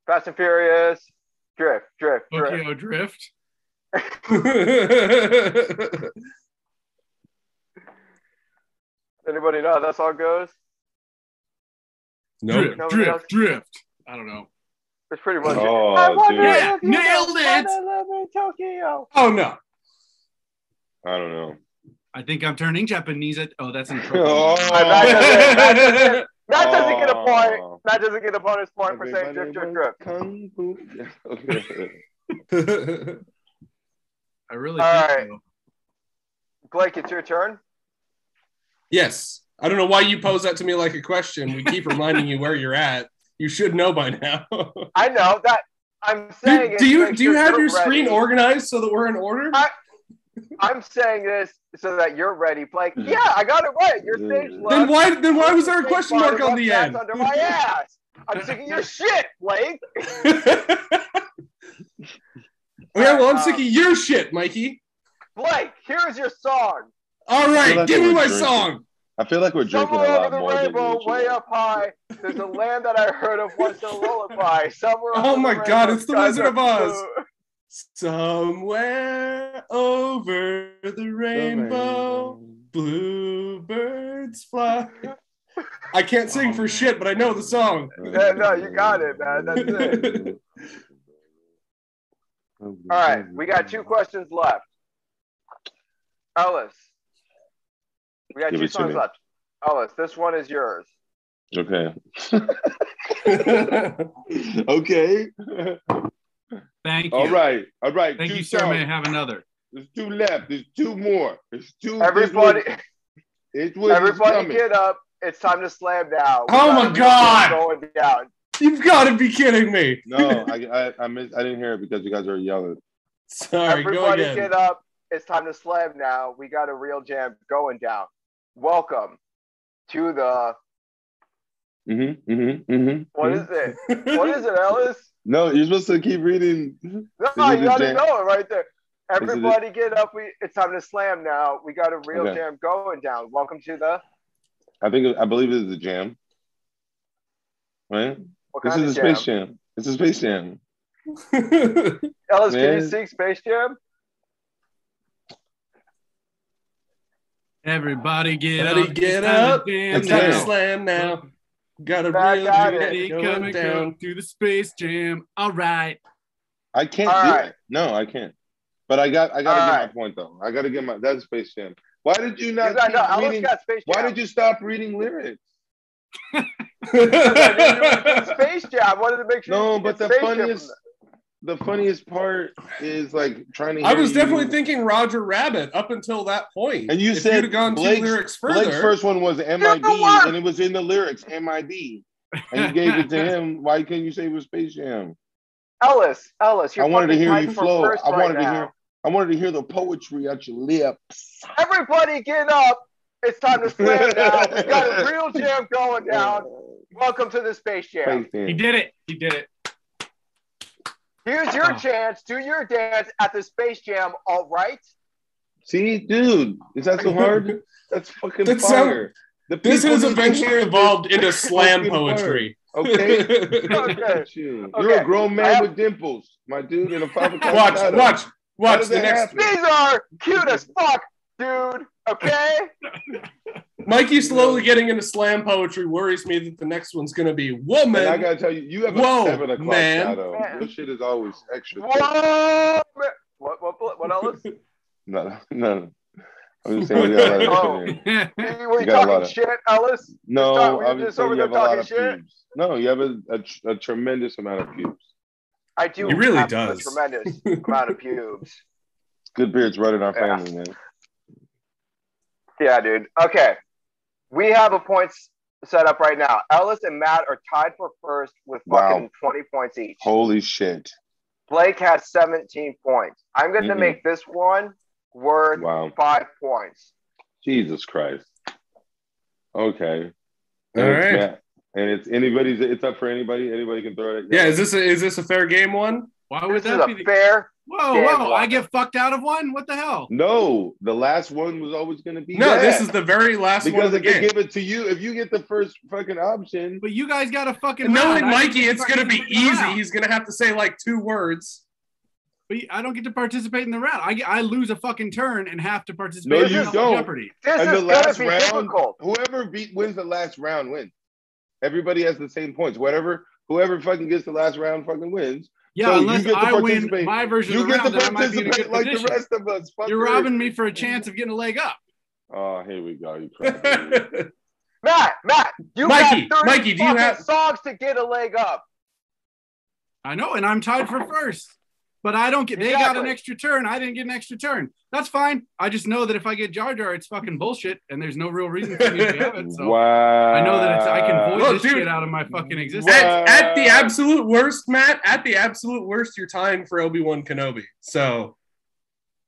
S1: Fast and Furious. Drift, drift, drift.
S4: Tokyo Drift.
S1: Anybody know how that song goes?
S3: no.
S1: No, no.
S4: Drift, drift, drift. I don't know.
S1: It's pretty much. it. I
S2: Oh,
S1: wonder
S2: dude.
S4: Yeah,
S1: if you know
S4: nailed it.
S1: what I love in Tokyo.
S3: Oh no. <laughs>
S2: I don't know.
S4: I think I'm turning Japanese. At, oh, that's
S2: <laughs>
S4: in
S2: Oh.
S1: That doesn't get a point.
S2: Oh.
S1: That doesn't get a bonus point for saying
S2: Everybody
S1: drip, drip,
S2: wants
S1: drip.
S2: Kung Fu. <laughs> Okay.
S4: I really.
S1: All
S4: think
S1: right.
S4: so.
S1: Blake, it's your turn.
S3: yes. I don't know why you pose that to me like a question. We keep reminding you where you're at. You should know by now. <laughs>
S1: I know that. I'm saying.
S3: do,
S1: it
S3: do you
S1: makes
S3: do you have
S1: you're
S3: your screen
S1: ready. Uh,
S3: organized so that we're in order?
S1: I- I'm saying this so that you're ready, Blake.
S2: Mhm.
S1: Yeah, I got it right. Your stage
S2: Then
S1: left.
S3: then why then why was there a
S1: Stage
S3: question
S1: bar,
S3: mark on
S1: left
S3: the
S1: hat's
S3: end?
S1: Under my ass. I'm sick of your shit, Blake.
S3: yeah, well, I'm
S1: Uh,
S3: sick of your shit, Mikey.
S1: Blake, here's your song.
S3: All
S2: Well,
S3: right,
S2: that's
S3: give me
S2: what
S3: my
S2: we're drinking.
S3: song.
S2: I feel like we're drinking a
S1: Somewhere over
S2: lot
S1: the
S2: more than
S1: rainbow,
S2: usual.
S1: way up high, there's a land that I heard of once a lullaby. Somewhere.
S3: <laughs> Oh
S1: over
S3: my
S1: the
S3: God,
S1: rainbow,
S3: it's the
S1: skies
S3: Wizard
S1: are
S3: of Oz.
S1: blue.
S3: Somewhere over the rainbow, bluebirds fly. I can't sing for shit, but I know the song.
S1: Yeah, no, you got it, man.
S2: <laughs>
S1: That's
S3: it.
S2: All
S1: All right, we got two questions left. Ellis, we got
S2: Give
S1: two
S2: it to
S1: songs
S2: me.
S1: left. Ellis, this one is yours.
S2: Okay.
S3: All
S2: okay.
S4: Thank you.
S2: All right. All right.
S4: Thank
S2: two
S4: you, sir. May I
S2: songs.
S4: have another?
S2: There's two left. There's two more. There's two.
S1: Everybody,
S2: It's what
S1: everybody, get up! It's time to slam down. We
S3: Oh
S1: gotta
S3: my
S1: keep
S3: God.
S1: Going down.
S3: You've got to be kidding me.
S2: No, I, I, I, missed, I didn't hear it because you guys were yelling.
S3: Sorry, go
S1: Everybody,
S3: again.
S1: get up! It's time to slam now. We got a real jam going down. Welcome to the
S2: Mm-hmm, mm-hmm, mm-hmm.
S1: what is it?
S2: Hmm?
S1: What is it,
S2: <laughs>
S1: Ellis?
S2: No, you're supposed to keep reading.
S1: No,
S2: Is it
S1: you
S2: a
S1: gotta
S2: jam?
S1: know it right there.
S2: it a-
S1: Everybody get up. We, it's time to slam now. We got a real
S2: Okay.
S1: jam going down. Welcome to the
S2: I think I believe it is a jam. Right?
S1: what
S2: This
S1: kind
S2: is a
S1: of jam?
S2: space jam. It's a space jam.
S3: <laughs>
S1: Ellis, can you
S2: Man.
S1: sing Space Jam?
S4: Everybody get
S3: Everybody
S4: up.
S3: get
S4: It's time
S3: up.
S4: to jam
S3: it's
S2: down.
S3: time to
S4: now.
S3: slam now. Got a
S1: I
S3: real
S1: got it.
S4: Ready,
S3: jam
S4: come
S3: going
S4: and go
S3: down.
S4: through the space jam. All right.
S2: I can't
S1: All
S2: do
S1: right.
S2: it. No, I can't. But I got I gotta
S1: All
S2: get
S1: right.
S2: my point though. I gotta get my that's space jam. Why did you
S1: You
S2: not
S1: got,
S2: keep
S1: no, Ellis
S2: reading-
S1: got Space Jam.
S2: why did you stop reading lyrics?
S1: <laughs> Space Jam? I wanted to make sure.
S2: No,
S1: you
S2: but the
S1: get Space Jam from
S2: funniest the funniest part is like trying to
S3: I was
S2: hear you.
S3: definitely thinking Roger Rabbit up until that point.
S2: And you
S3: If
S2: said
S3: you'd have gone two
S2: Blake's-
S3: lyrics
S2: Blake's
S3: further.
S2: first one was MID
S1: work.
S2: and it was in the lyrics, MID. And you gave
S3: <laughs>
S2: it to him. Why couldn't you say it was Space Jam?
S1: Ellis, Ellis, you're
S2: I wanted to
S1: fucking
S2: hear
S1: tied
S2: you
S1: for
S2: flow.
S1: first
S2: I wanted
S1: right
S2: to
S1: now.
S2: hear. I wanted to hear the poetry at your lips.
S1: Everybody get up. It's time
S2: <laughs>
S1: to slam down. We got a real jam going down. Welcome to the Space Jam.
S2: Space Jam.
S4: He did it. He did it. <laughs>
S1: Here's your
S4: Oh.
S1: chance. Do your dance at the Space Jam, all right?
S2: See, dude, is that so
S3: <laughs>
S2: hard? That's fucking
S3: That's so-
S2: fire. The
S3: This
S2: people
S3: has
S2: need to hear
S3: eventually
S2: this.
S3: evolved into slam
S2: fucking
S3: poetry.
S2: Okay.
S3: <laughs>
S1: Okay.
S2: Look at you. You're
S1: Okay.
S2: a grown man
S1: I-
S2: with dimples, my dude, and a five o'clock
S3: watch,
S2: shadow.
S3: watch, watch
S2: does
S3: the
S2: that
S3: next.
S2: happen?
S1: These are cute as fuck, dude. Okay?
S2: <laughs>
S3: Mikey slowly getting into slam poetry worries me that the next one's going to be woman.
S2: And I gotta tell you, you have a
S3: Whoa,
S2: seven o'clock
S3: man.
S2: shadow. Your shit is always extra. thick.
S1: Whoa! What, what, what, Ellis?
S2: No, no, no. I'm just
S3: <laughs>
S2: saying we got a lot of
S1: Oh.
S2: shit in here.
S1: Were you
S2: got a lot
S1: talking
S2: of-
S1: shit, Ellis? Stop,
S2: No,
S1: we're
S2: I'm
S1: just
S2: just saying
S1: over
S2: you
S1: there
S2: have a lot
S1: talking
S2: of
S1: shit.
S2: pubes. No, you have a, a, tr- a tremendous amount of pubes.
S1: I do.
S3: He really
S1: have a
S2: <laughs>
S3: does.
S1: tremendous amount of pubes.
S2: Good beards running our
S1: Yeah.
S2: family, man.
S1: Yeah, dude. Okay. We have a points set up right now. Ellis and Matt are tied for first with
S2: Wow.
S1: fucking 20 points each.
S2: Holy shit.
S1: Blake has 17 points. I'm going to
S2: Mhm.
S1: make this one worth
S2: Wow.
S1: five points.
S2: Jesus Christ. Okay.
S3: All
S2: And it's
S3: right.
S2: Matt. And it's anybody's. It's up for anybody. Anybody can throw it.
S3: yeah, is this a, is this a fair game one?
S4: Why would
S1: This is
S4: that be?
S1: a
S4: The...
S1: fair.
S4: Whoa,
S1: damn
S4: whoa!
S1: lie.
S4: I get fucked out of one. What the hell?
S2: No, the last one was always going to be.
S3: No,
S2: that.
S3: this is the very last one
S2: because
S3: of the
S2: if they
S3: game.
S2: give it to you, if you get the first fucking option,
S4: But you guys got a fucking.
S3: Knowing
S4: round. I
S3: Mikey,
S4: get
S3: it's going to
S4: fucking
S3: be
S4: fucking
S3: easy.
S2: <laughs>
S4: round.
S3: He's going to have to say like two words.
S4: But I don't get to participate in the round. I, get, I lose a fucking turn and have to participate.
S2: No,
S4: in
S2: you
S4: Hell
S2: don't.
S4: Jeopardy.
S1: This
S2: And the
S1: is gonna
S2: last
S1: be
S2: round-
S1: difficult.
S2: Whoever beat wins the last round wins. Everybody has the same points. Whatever, whoever fucking gets the last round fucking wins.
S4: Yeah,
S2: So you
S4: unless
S2: get to
S4: I win
S2: participate.
S4: my version
S2: you
S4: of the
S2: get
S4: round,
S2: to
S4: then I might be in a good
S2: participate like the
S4: position.
S2: rest of us. fucker.
S4: You're robbing me for a chance of getting a leg up.
S2: Oh, here we go.
S4: <laughs>
S2: You crazy.
S3: Mikey,
S1: Matt, Matt, you
S3: Mikey,
S1: got 30
S3: Mikey, do you
S1: fucking
S3: have-
S1: songs to get a leg up?
S4: I know, and I'm tied for first. But I don't get. They got an
S1: Exactly.
S4: extra turn. I didn't get an extra turn. That's fine. I just know that if I get Jar Jar, it's fucking bullshit, and there's no real reason for me to have it. So
S2: wow.
S4: I know that it's. I can void
S3: Look,
S4: this
S3: dude.
S4: shit out of my fucking existence.
S2: Wow.
S3: at, at the absolute worst, Matt, at the absolute worst, you're tying for Obi Wan Kenobi. So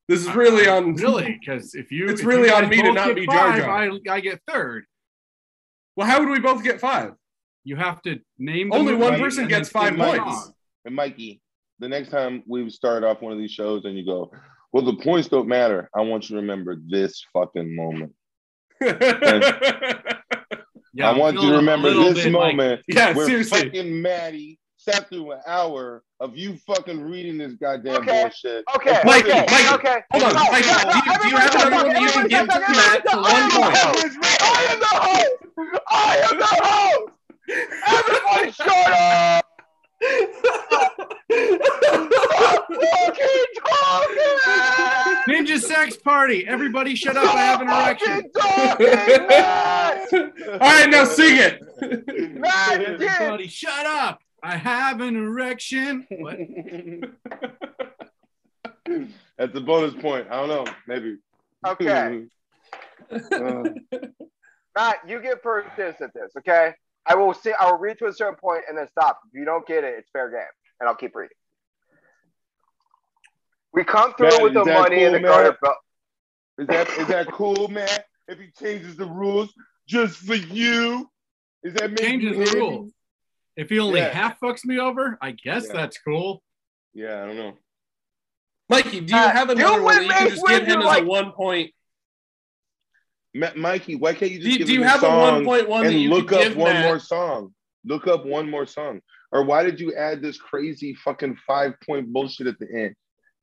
S3: this is Uh, really on.
S4: Really, because if you,
S3: It's
S4: if
S3: really
S4: you
S3: on
S4: guys
S3: me to
S4: both
S3: not
S4: get
S3: be Jar
S4: five,
S3: Jar.
S4: I, I get third.
S3: Well, how would we both get five?
S4: You have to name the
S3: Only
S4: movie
S3: one
S2: Right,
S3: person
S4: and then
S3: gets
S4: sing
S3: five
S4: the
S2: Mike's-
S3: points.
S4: song.
S2: And Mikey, the next time we start off one of these shows and you go, well, the points don't matter. I want you to remember this fucking moment.
S4: Yeah,
S2: I want you
S4: feel
S2: to
S4: a
S2: remember
S4: little
S2: this
S4: bit like-
S2: moment
S3: <laughs> <laughs> yeah,
S2: where
S3: seriously.
S2: fucking Maddie sat through an hour of you fucking reading this goddamn
S1: Okay.
S2: bullshit.
S1: Okay.
S3: Oh, Mikey,
S1: okay.
S3: Mikey,
S1: okay.
S3: hold on,
S1: No,
S3: Mikey,
S1: no, no,
S3: do you- do you have
S1: everybody shut
S3: another one that you
S1: up,
S3: can give to
S1: everybody shut
S3: Matt
S1: up.
S3: for
S1: I
S3: one
S1: am
S3: point?
S1: the host. I am the host. I am the host. Everybody shut up.
S3: <laughs>
S1: Stop fucking talking.
S4: Ninja sex party. Everybody shut up. I
S1: <laughs>
S4: have an
S1: Stop
S4: erection.
S1: fucking talking, Matt.
S3: <laughs> All right, now sing it.
S2: <laughs>
S1: Matt, get
S4: Everybody shut up. I have an erection. What?
S2: That's a bonus point. I don't know. Maybe.
S3: <laughs>
S1: Okay.
S2: <laughs> Uh,
S1: Matt, you get first dibs at this, okay? I will see. I will read to a certain point and then stop. If you don't get it, it's fair game, and I'll keep reading. We come through
S2: Matt,
S1: with
S2: is
S1: the
S2: that
S1: money and the
S2: cool,
S1: Garter
S2: Matt?
S1: Belt.
S2: Is that is that cool, man? If he changes the rules just for you, is that make you
S4: Changes the
S2: happy?
S4: rules. If he only
S2: Yeah.
S4: half fucks me over, I guess
S2: Yeah.
S4: that's cool.
S2: Yeah, I don't know.
S3: Mikey, do you
S1: Uh,
S3: have
S1: you
S3: another
S1: win,
S3: one that you can
S1: Mace,
S3: just
S1: win,
S3: give him
S1: you
S3: as a
S1: like-
S3: one point?
S2: Ma- Mikey, why can't you
S3: Do
S2: just
S3: you,
S2: give
S3: do
S2: him
S3: you
S2: a
S3: have a
S2: song
S3: one point one that
S2: and
S3: you
S2: look
S3: could
S2: up
S3: give
S2: one
S3: Matt?
S2: more song? Look up one more song, or why did you add this crazy fucking five point bullshit at the end?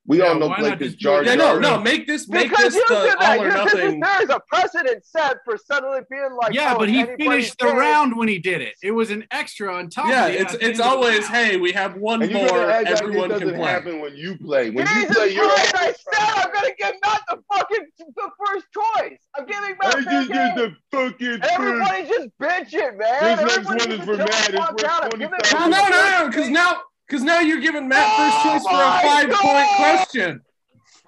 S2: We
S4: Yeah,
S2: all know
S4: why
S2: Blake
S4: not
S2: is
S4: just-
S2: Jar
S3: Yeah,
S2: Jar.
S3: no, no. Make this, make
S1: Because
S3: this
S1: you
S3: the
S1: did that.
S3: all or
S1: You, this is,
S3: nothing.
S1: there is a precedent set for suddenly being like,
S4: yeah,
S1: oh,
S4: but he
S1: anybody
S4: finished the
S1: can.
S4: round when he did it. It was an extra on top.
S3: Yeah,
S4: of the
S3: it's
S4: at the
S3: it's
S4: end of the
S3: always
S4: round.
S3: hey, we have one
S2: And you're
S3: more.
S2: gonna act like
S3: Everyone
S2: it
S3: can
S2: doesn't
S3: play.
S2: happen when you play. When you
S1: Jesus
S2: play, you're
S1: Christ, I
S2: always
S1: said I'm going to give Matt the fucking the first choice. I'm giving Matt
S2: I
S1: fair
S2: just did
S1: game.
S2: the fucking first
S1: Everybody just bitching, man.
S2: This next
S1: Everybody
S2: one is
S1: just
S2: for
S1: chill the
S2: Matt. It's
S1: fuck
S2: worth
S1: out. I'm giving
S2: 25.
S1: Matt
S3: Well, no,
S1: the
S3: no, no,
S1: first
S3: because
S1: pick.
S3: now because now you're giving Matt first
S1: Oh
S3: choice for
S1: my
S3: a five point
S1: God!
S3: question.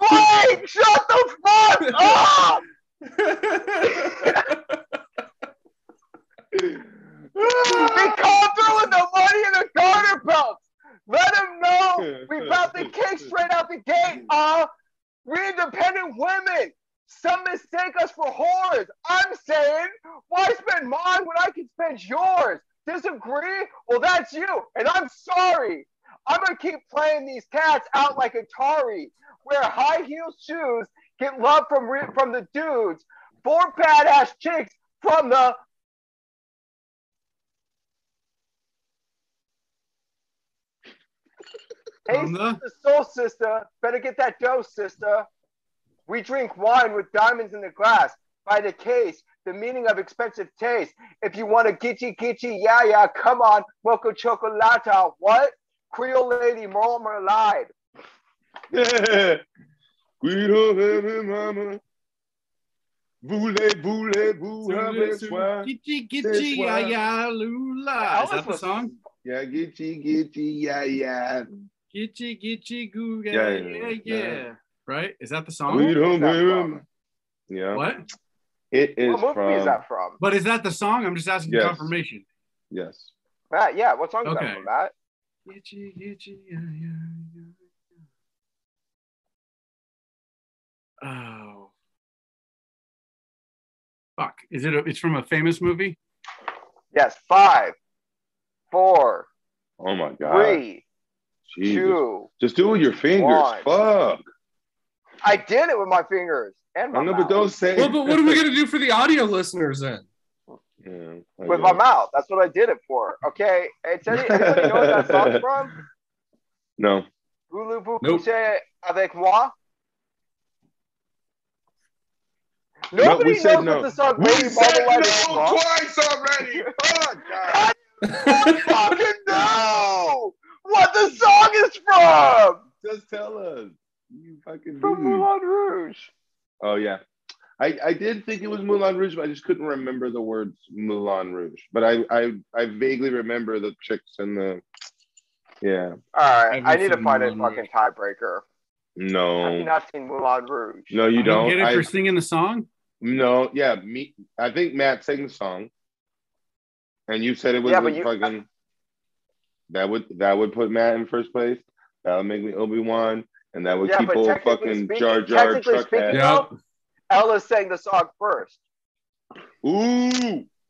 S1: Mike, shut the
S2: <laughs>
S1: fuck
S3: <laughs>
S1: up!
S4: <laughs>
S1: We come through with the money and the garter belts. Let him know we brought
S2: <laughs>
S1: the king straight out the gate. Uh, we independent women. Some mistake us for whores. I'm saying, why spend mine when I can spend yours? Disagree? Well, that's you, and I'm sorry. I'm gonna keep playing these cats out like Atari, wear high heel shoes, get love from re- from the dudes, four badass chicks from the Hey,
S4: From the-
S1: sister, soul sister, better get that dough, sister. We drink wine with diamonds in the glass. By the case, the meaning of expensive taste. If you want a gitchy gitchy, yeah, yeah, come on, mocha chocolata. What? Creole lady, moral merlide.
S2: <laughs> Yeah. We don't have it, mama. Voulez, voulez, vous avez soin.
S4: Gitchy,
S2: That's
S4: gitchy,
S2: why-
S4: ya, ya, lula.
S1: That
S4: Is that the
S1: was-
S4: song?
S2: Yeah, get you, get you, yeah, yeah.
S4: Gitchy, gitchy, goo,
S2: Yeah,
S4: yeah,
S2: yeah,
S4: yeah,
S2: yeah.
S4: yeah. Right? Is that the
S2: We
S4: song?
S2: don't
S1: That's
S2: have it.
S1: wrong.
S2: Yeah,
S4: What?
S2: it is
S1: What movie is
S2: from.
S1: that from?
S4: But is that the song? I'm just asking
S2: Yes.
S4: confirmation.
S2: Yes.
S1: Matt, yeah, what song is
S4: Okay.
S1: that from, Matt?
S4: Gitchy, gitchy, yeah, yeah, yeah. Oh. Fuck. Is it a, it's from a famous movie?
S1: Yes, five, four,
S2: Oh my God.
S1: three, two.
S2: Jesus. Just do it with your fingers.
S1: One.
S2: Fuck.
S1: I did it with my fingers and my
S2: I know,
S1: mouth.
S2: but don't say.
S3: well, but what are we gonna do for the audio listeners then?
S2: Yeah, I
S1: with my
S2: guess.
S1: mouth. That's what I did it for. Okay. It's any, anybody know what that song's from?
S2: No.
S1: Lulu vous
S3: Nope.
S1: couchez avec moi?
S2: No,
S1: Nobody
S2: we said
S1: knows
S2: no.
S1: what the song
S2: We
S1: Baby
S2: said
S1: Bottle
S2: no
S1: Wet is called.
S2: twice
S1: <laughs>
S2: already. Fuck. God.
S1: Fucking no! What the song is from?
S2: Just tell us. You fucking
S1: From
S2: dude.
S1: Moulin Rouge.
S2: Oh yeah. I, I did think it was Moulin Rouge, but I just couldn't remember the words Moulin Rouge. But I I, I vaguely remember the chicks and the yeah.
S1: All right,
S3: I've
S1: I need to
S3: seen
S1: find a
S3: Moulin Rouge.
S1: fucking tiebreaker. I've
S2: No.
S1: not seen Moulin Rouge.
S2: Oh. No, you don't.
S4: get it
S2: I,
S4: for singing the song?
S2: no, yeah. Me I think Matt sang the song. And you said it was
S1: Yeah,
S2: yeah,
S1: but you-
S2: fucking that would that would put Matt in first place. That would make me Obi-Wan. And that would
S1: Yeah,
S2: keep
S1: but
S2: old
S1: technically
S2: fucking
S1: speaking-
S2: Jar Jar
S1: technically
S2: Truck
S1: speaking-
S2: hat.
S3: Yeah.
S1: Ellis sang the song first,
S2: Ooh.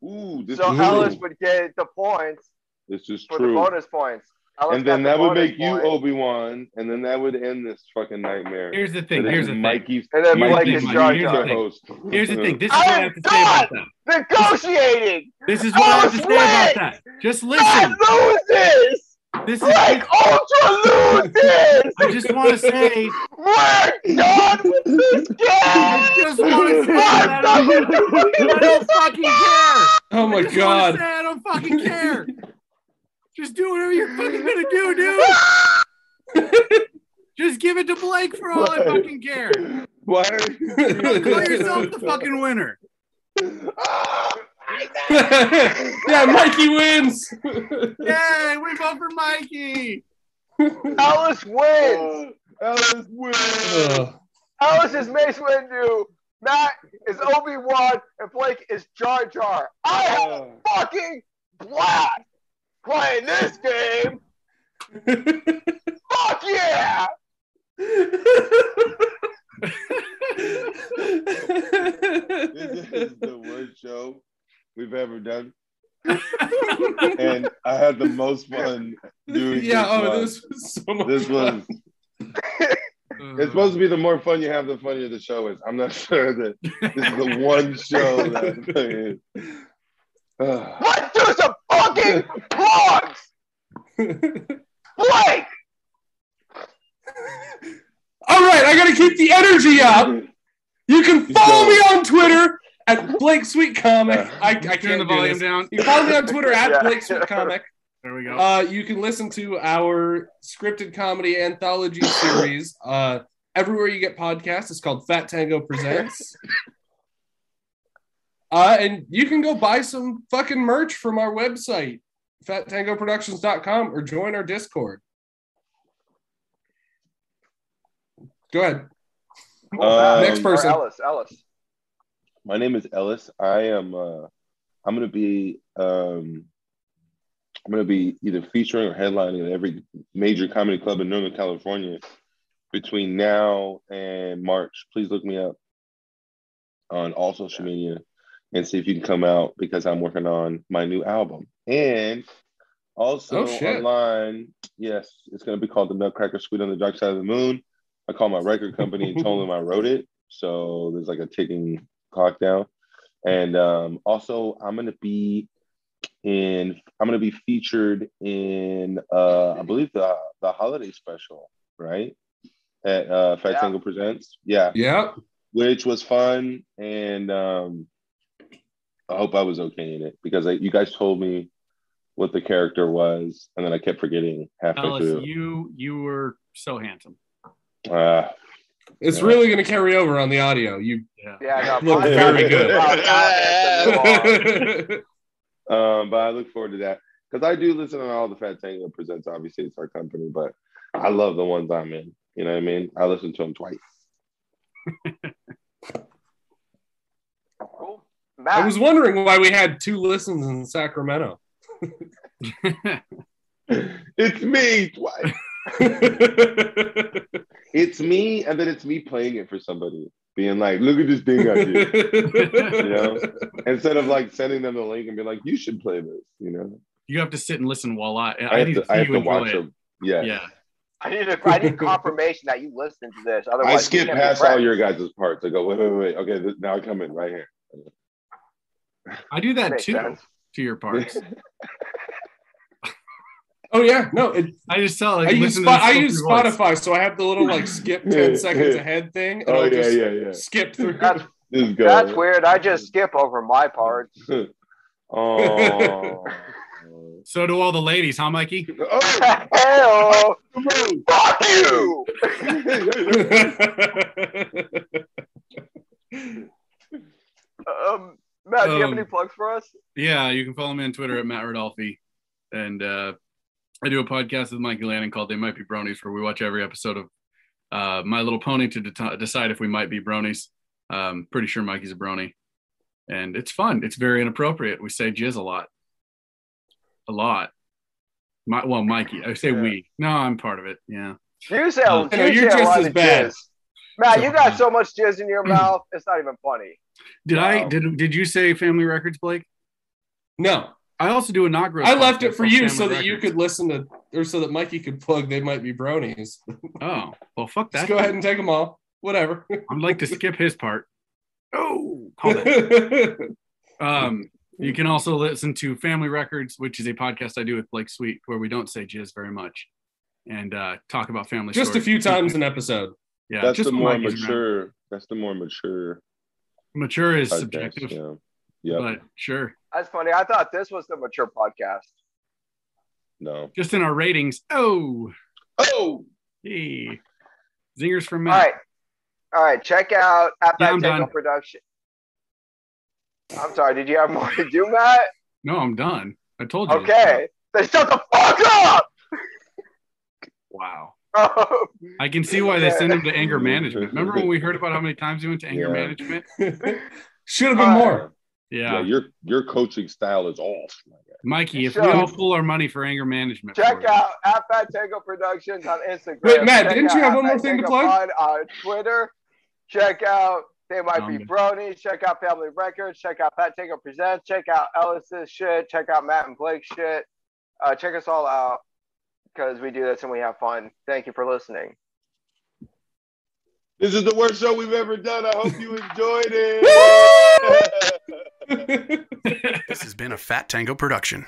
S2: Ooh, this
S1: so
S2: is
S1: Ellis
S2: true.
S1: would get the points
S2: This is
S1: for
S2: true.
S1: the bonus points. Ellis
S2: and then
S1: got
S2: that
S1: the
S2: would
S1: bonus
S2: make you
S1: points.
S2: Obi Wan, and then that would end this fucking nightmare.
S4: Here's the
S2: But
S4: thing.
S2: then
S4: Here's the thing.
S2: Mikey's,
S1: And then
S4: Here's
S1: Mike
S4: the
S1: is
S4: thing,
S1: Jar
S4: here's
S1: Jar.
S4: the thing. Here's the thing. This is
S1: I
S4: what I
S1: am
S4: have to say about that.
S1: Negotiating.
S4: This is what I have to say about
S1: Alright.
S4: that. Just
S1: God
S4: listen.
S1: loses.
S4: This is.
S1: Like Ultra loses.
S4: I just want to say.
S1: We're done with this
S4: I
S1: game.
S4: just want to say
S1: I'm
S4: that
S1: done
S4: I
S1: with this game.
S4: I don't fucking care.
S3: Oh my
S4: I just wanna
S3: god.
S4: say I don't fucking
S3: <laughs>
S4: care. Just do whatever you're fucking gonna do, dude.
S3: <laughs>
S4: Just give it to Blake for all I fucking care.
S2: why are you
S4: Call yourself
S3: <laughs>
S4: the fucking winner.
S3: yeah,
S4: <laughs>
S3: Mikey wins.
S4: Yay, we vote for Mikey.
S1: Ellis wins.
S2: Alice
S3: <laughs>
S2: wins?
S3: Ugh.
S1: Ellis is Mace Windu. Matt is Obi Wan, and Blake is Jar Jar. I have a fucking blast playing this game. Fuck yeah!
S3: <laughs>
S2: This is the worst show we've ever done, and I had the most fun doing.
S3: yeah,
S2: this
S3: oh,
S2: one.
S3: this was so much
S2: This
S3: fun.
S2: was. It's supposed to be the more fun you have, the funnier the show is. I'm not <laughs> sure that this is the one show
S3: <laughs>
S2: that. Ugh.
S1: Let's do some fucking vlogs! Blake!
S3: All right, I gotta keep the energy up. You can
S2: Keep
S3: follow
S2: going.
S3: me on Twitter at Blake Sweet Comic. I, I can't
S4: Turn the
S3: do
S4: volume
S3: this.
S4: down.
S3: You can follow me on Twitter at
S1: Yeah.
S3: Blake Sweet Comic.
S4: There we go.
S3: Uh, you can listen to our scripted comedy anthology series uh, everywhere you get podcasts. It's called Fat Tango Presents. Uh, and you can go buy some fucking merch from our website, fattangoproductions.com, or join our Discord. Go ahead.
S2: Um,
S3: Next person.
S1: Or Ellis, Ellis.
S2: My name is Ellis. I am. Uh, I'm gonna be. Um, I'm gonna be either featuring or headlining at every major comedy club in Northern California between now and March. Please look me up on all social media and see if you can come out because I'm working on my new album and also
S3: Oh, shit.
S2: online. Yes, it's gonna be called The Nutcracker Suite on the Dark Side of the Moon. I called my record company and told them I wrote it. So there's like a ticking clock down. And um, also, I'm gonna be in. I'm gonna be featured in. Uh, I believe the the holiday special, right? At uh, Fat
S1: Yeah.
S2: Tango Presents. Yeah,
S3: Yep.
S2: which was fun, and um, I hope I was okay in it because I, you guys told me what the character was, and then I kept forgetting halfway
S4: Ellis,
S2: through.
S4: you you were so handsome.
S2: Ah.
S3: It's
S2: Yeah.
S3: really going to carry over on the audio. You.
S4: Yeah.
S1: Yeah, no,
S3: Look,
S1: podcast
S3: <laughs> very good.
S1: is
S2: <laughs>
S1: about that. It's
S2: Um, but I look forward to that because I do listen to all the Fat Tango presents. Obviously, it's our company, but I love the ones I'm in. You know what I mean? I listen to them twice. <laughs>
S1: a long- Cool.
S3: <laughs> I
S1: Matt,
S3: was wondering why we had two listens in Sacramento. <laughs>
S2: It's me twice. it's me, and then it's me playing it for somebody, being like, "Look at this thing I did." you
S4: <laughs>
S2: know, instead of like sending them the link and be like, "You should play this." You know,
S4: you have to sit and listen while I I,
S2: I have
S4: need
S2: to,
S4: see
S2: I have
S4: you
S2: to
S4: enjoy
S2: watch
S4: it.
S2: them. Yeah.
S4: Yeah.
S1: I need, a, I need confirmation that you listened to this. Otherwise,
S2: I
S1: we
S2: skip
S1: can't be
S2: past
S1: friends.
S2: all your guys' parts. I go, wait, wait, wait. Okay, th- now I come in right here.
S4: I do that
S1: Makes
S2: <laughs>
S4: too
S1: sense.
S4: to your parts.
S3: Oh yeah, no. It,
S4: I just tell like
S3: I use
S4: listen
S3: Spo-
S4: to the
S3: I use
S4: filter voice.
S3: Spotify, so I have the little like skip ten seconds ahead thing, and
S2: Oh
S3: I'll
S2: yeah,
S3: just
S2: yeah, yeah. <laughs>
S3: skip through.
S1: That's
S2: This is good. <laughs>
S1: that's weird. I just skip over my parts. <laughs>
S2: Oh.
S4: So do all the ladies, huh, Mikey?
S2: <laughs> oh.
S1: Hell, fuck you. Um, Matt, do you have
S4: Um,
S1: any plugs for us?
S4: Yeah, you can follow me on Twitter at Matt Rodolphi. And uh, I do a podcast with Mikey Lanning called They Might Be Bronies, where we watch every episode of uh, My Little Pony to det- decide if we might be bronies. Um, pretty sure Mikey's a brony. And it's fun. It's very inappropriate. We say jizz a lot. A lot. My, well, Mikey, I say
S2: Yeah.
S4: we. No, I'm part of it. Yeah.
S1: You sound
S3: I know,
S1: you
S3: you're
S1: sound a
S3: just
S1: lot
S3: as
S1: of
S3: bad.
S1: jizz. Matt,
S4: So-
S1: you got so much jizz in
S3: <clears throat>
S1: your mouth, it's not even funny.
S4: Did I
S2: Wow.
S4: did did you say Family Records, Blake?
S3: <laughs> no,
S4: I also do a not gross.
S3: I left
S4: podcast
S3: it for
S4: called
S3: you
S4: Family
S3: so that you
S4: Records.
S3: could listen to, or so that Mikey could plug. They might be bronies.
S4: Oh well, fuck
S3: Just
S4: that.
S3: go ahead and take them all. Whatever.
S4: I'd like to skip his part. Oh, call
S2: <laughs>
S4: it.
S3: <laughs> That's
S4: Um, you can also listen to Family Records, which is a podcast I do with Blake Sweet, where we don't say jizz very much and uh, talk about family.
S3: just a
S4: stories.
S3: few
S4: <laughs>
S3: times an episode.
S4: <laughs>
S3: <laughs>
S4: Yeah,
S2: That's
S4: just
S2: the
S4: when
S2: more
S4: Mikey's around.
S2: mature. That's the more mature.
S4: Mature is
S2: podcast,
S4: subjective,
S2: Yeah. Yep.
S4: but sure.
S1: That's funny. I thought this was the mature podcast.
S2: no.
S4: Just in our ratings. Oh,
S2: Oh.
S4: hey. zingers from
S1: All
S4: Matt.
S1: right. All right. Check out at
S4: Yeah,
S1: that
S4: I'm
S1: Tango
S4: done.
S1: production. I'm sorry. Did you have more to do, Matt?
S4: No, I'm done. I told you.
S1: Okay. Then shut the <laughs> fuck
S4: Wow.
S1: up.
S4: I can see why they send him
S2: <laughs>
S4: to anger management. Remember when we heard about how many times he went to anger
S2: Yeah.
S4: management?
S3: Should have been
S1: Uh,
S3: more.
S2: Yeah.
S4: Yeah.
S2: Your your coaching style is off.
S4: Mikey, if
S1: Shut
S4: we
S1: up.
S4: all pull our money for anger management,
S1: Check
S4: for it.
S1: out at Fat Tango Productions on Instagram.
S3: Wait, Matt,
S1: Check
S3: didn't you
S1: out
S3: have one
S1: at
S3: more
S1: Fat
S3: thing to
S1: Tango
S3: plug?
S1: Pod On uh, Twitter. Check out They Might
S4: Um,
S1: Be Bronies. Check out Family Records. Check out Fat Tango Presents. Check out Ellis's shit. Check out Matt and Blake's shit. Uh, check us all out because we do this and we have fun. Thank you for listening.
S2: This is the worst show we've ever done. I hope you enjoyed it. <laughs>
S5: This has been a Fat Tango production.